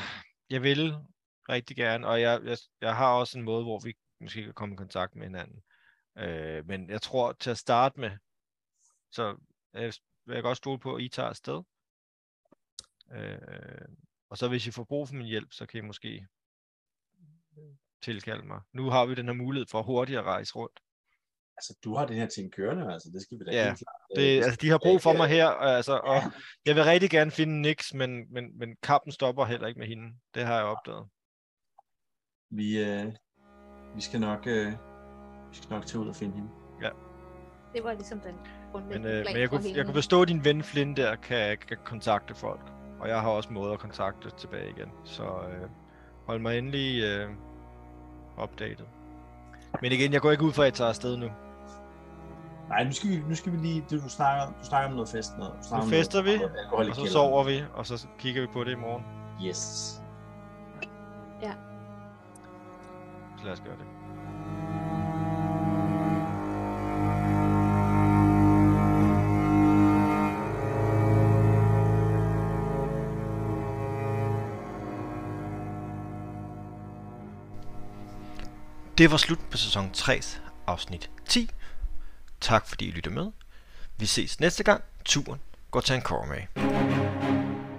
jeg vil rigtig gerne, og jeg, jeg, jeg har også en måde, hvor vi måske kan komme i kontakt med hinanden. Øh, men jeg tror, til at starte med, så øh, vil jeg godt stole på, at I tager afsted. Øh, og så hvis I får brug for min hjælp, så kan I måske øh, tilkalde mig. Nu har vi den her mulighed for hurtigt at rejse rundt. Altså, du har den her ting kørende, altså. Det skal vi da Ja, helt klart. øh, Det, altså, de har brug for mig her, og, altså, og Ja. jeg vil rigtig gerne finde Nix, men, men, men kampen stopper heller ikke med hende. Det har jeg opdaget. Vi, øh, vi skal nok... Øh, vi skal nok tage ud og finde hende. Det var ligesom den Men, grundlæggende øh, plan men jeg, for kunne, jeg kunne hele- forstå, at din ven Flynn der kan, kan kontakte folk. Og jeg har også måder at kontakte tilbage igen. Så øh, hold mig endelig øh, opdateret. Men igen, jeg går ikke ud fra, at jeg tager afsted nu. Nej, nu skal vi, nu skal vi lige... Det, du, snakker, du snakker om noget fest. Noget, du snakker om fester vi, noget, noget alkohol i Og så kælderen. sover vi, og så kigger vi på det i morgen. Yes. Så lad os gøre det. Det var slut på sæson 3, afsnit 10. Tak fordi I lyttede med. Vi ses næste gang. Turen går til en med.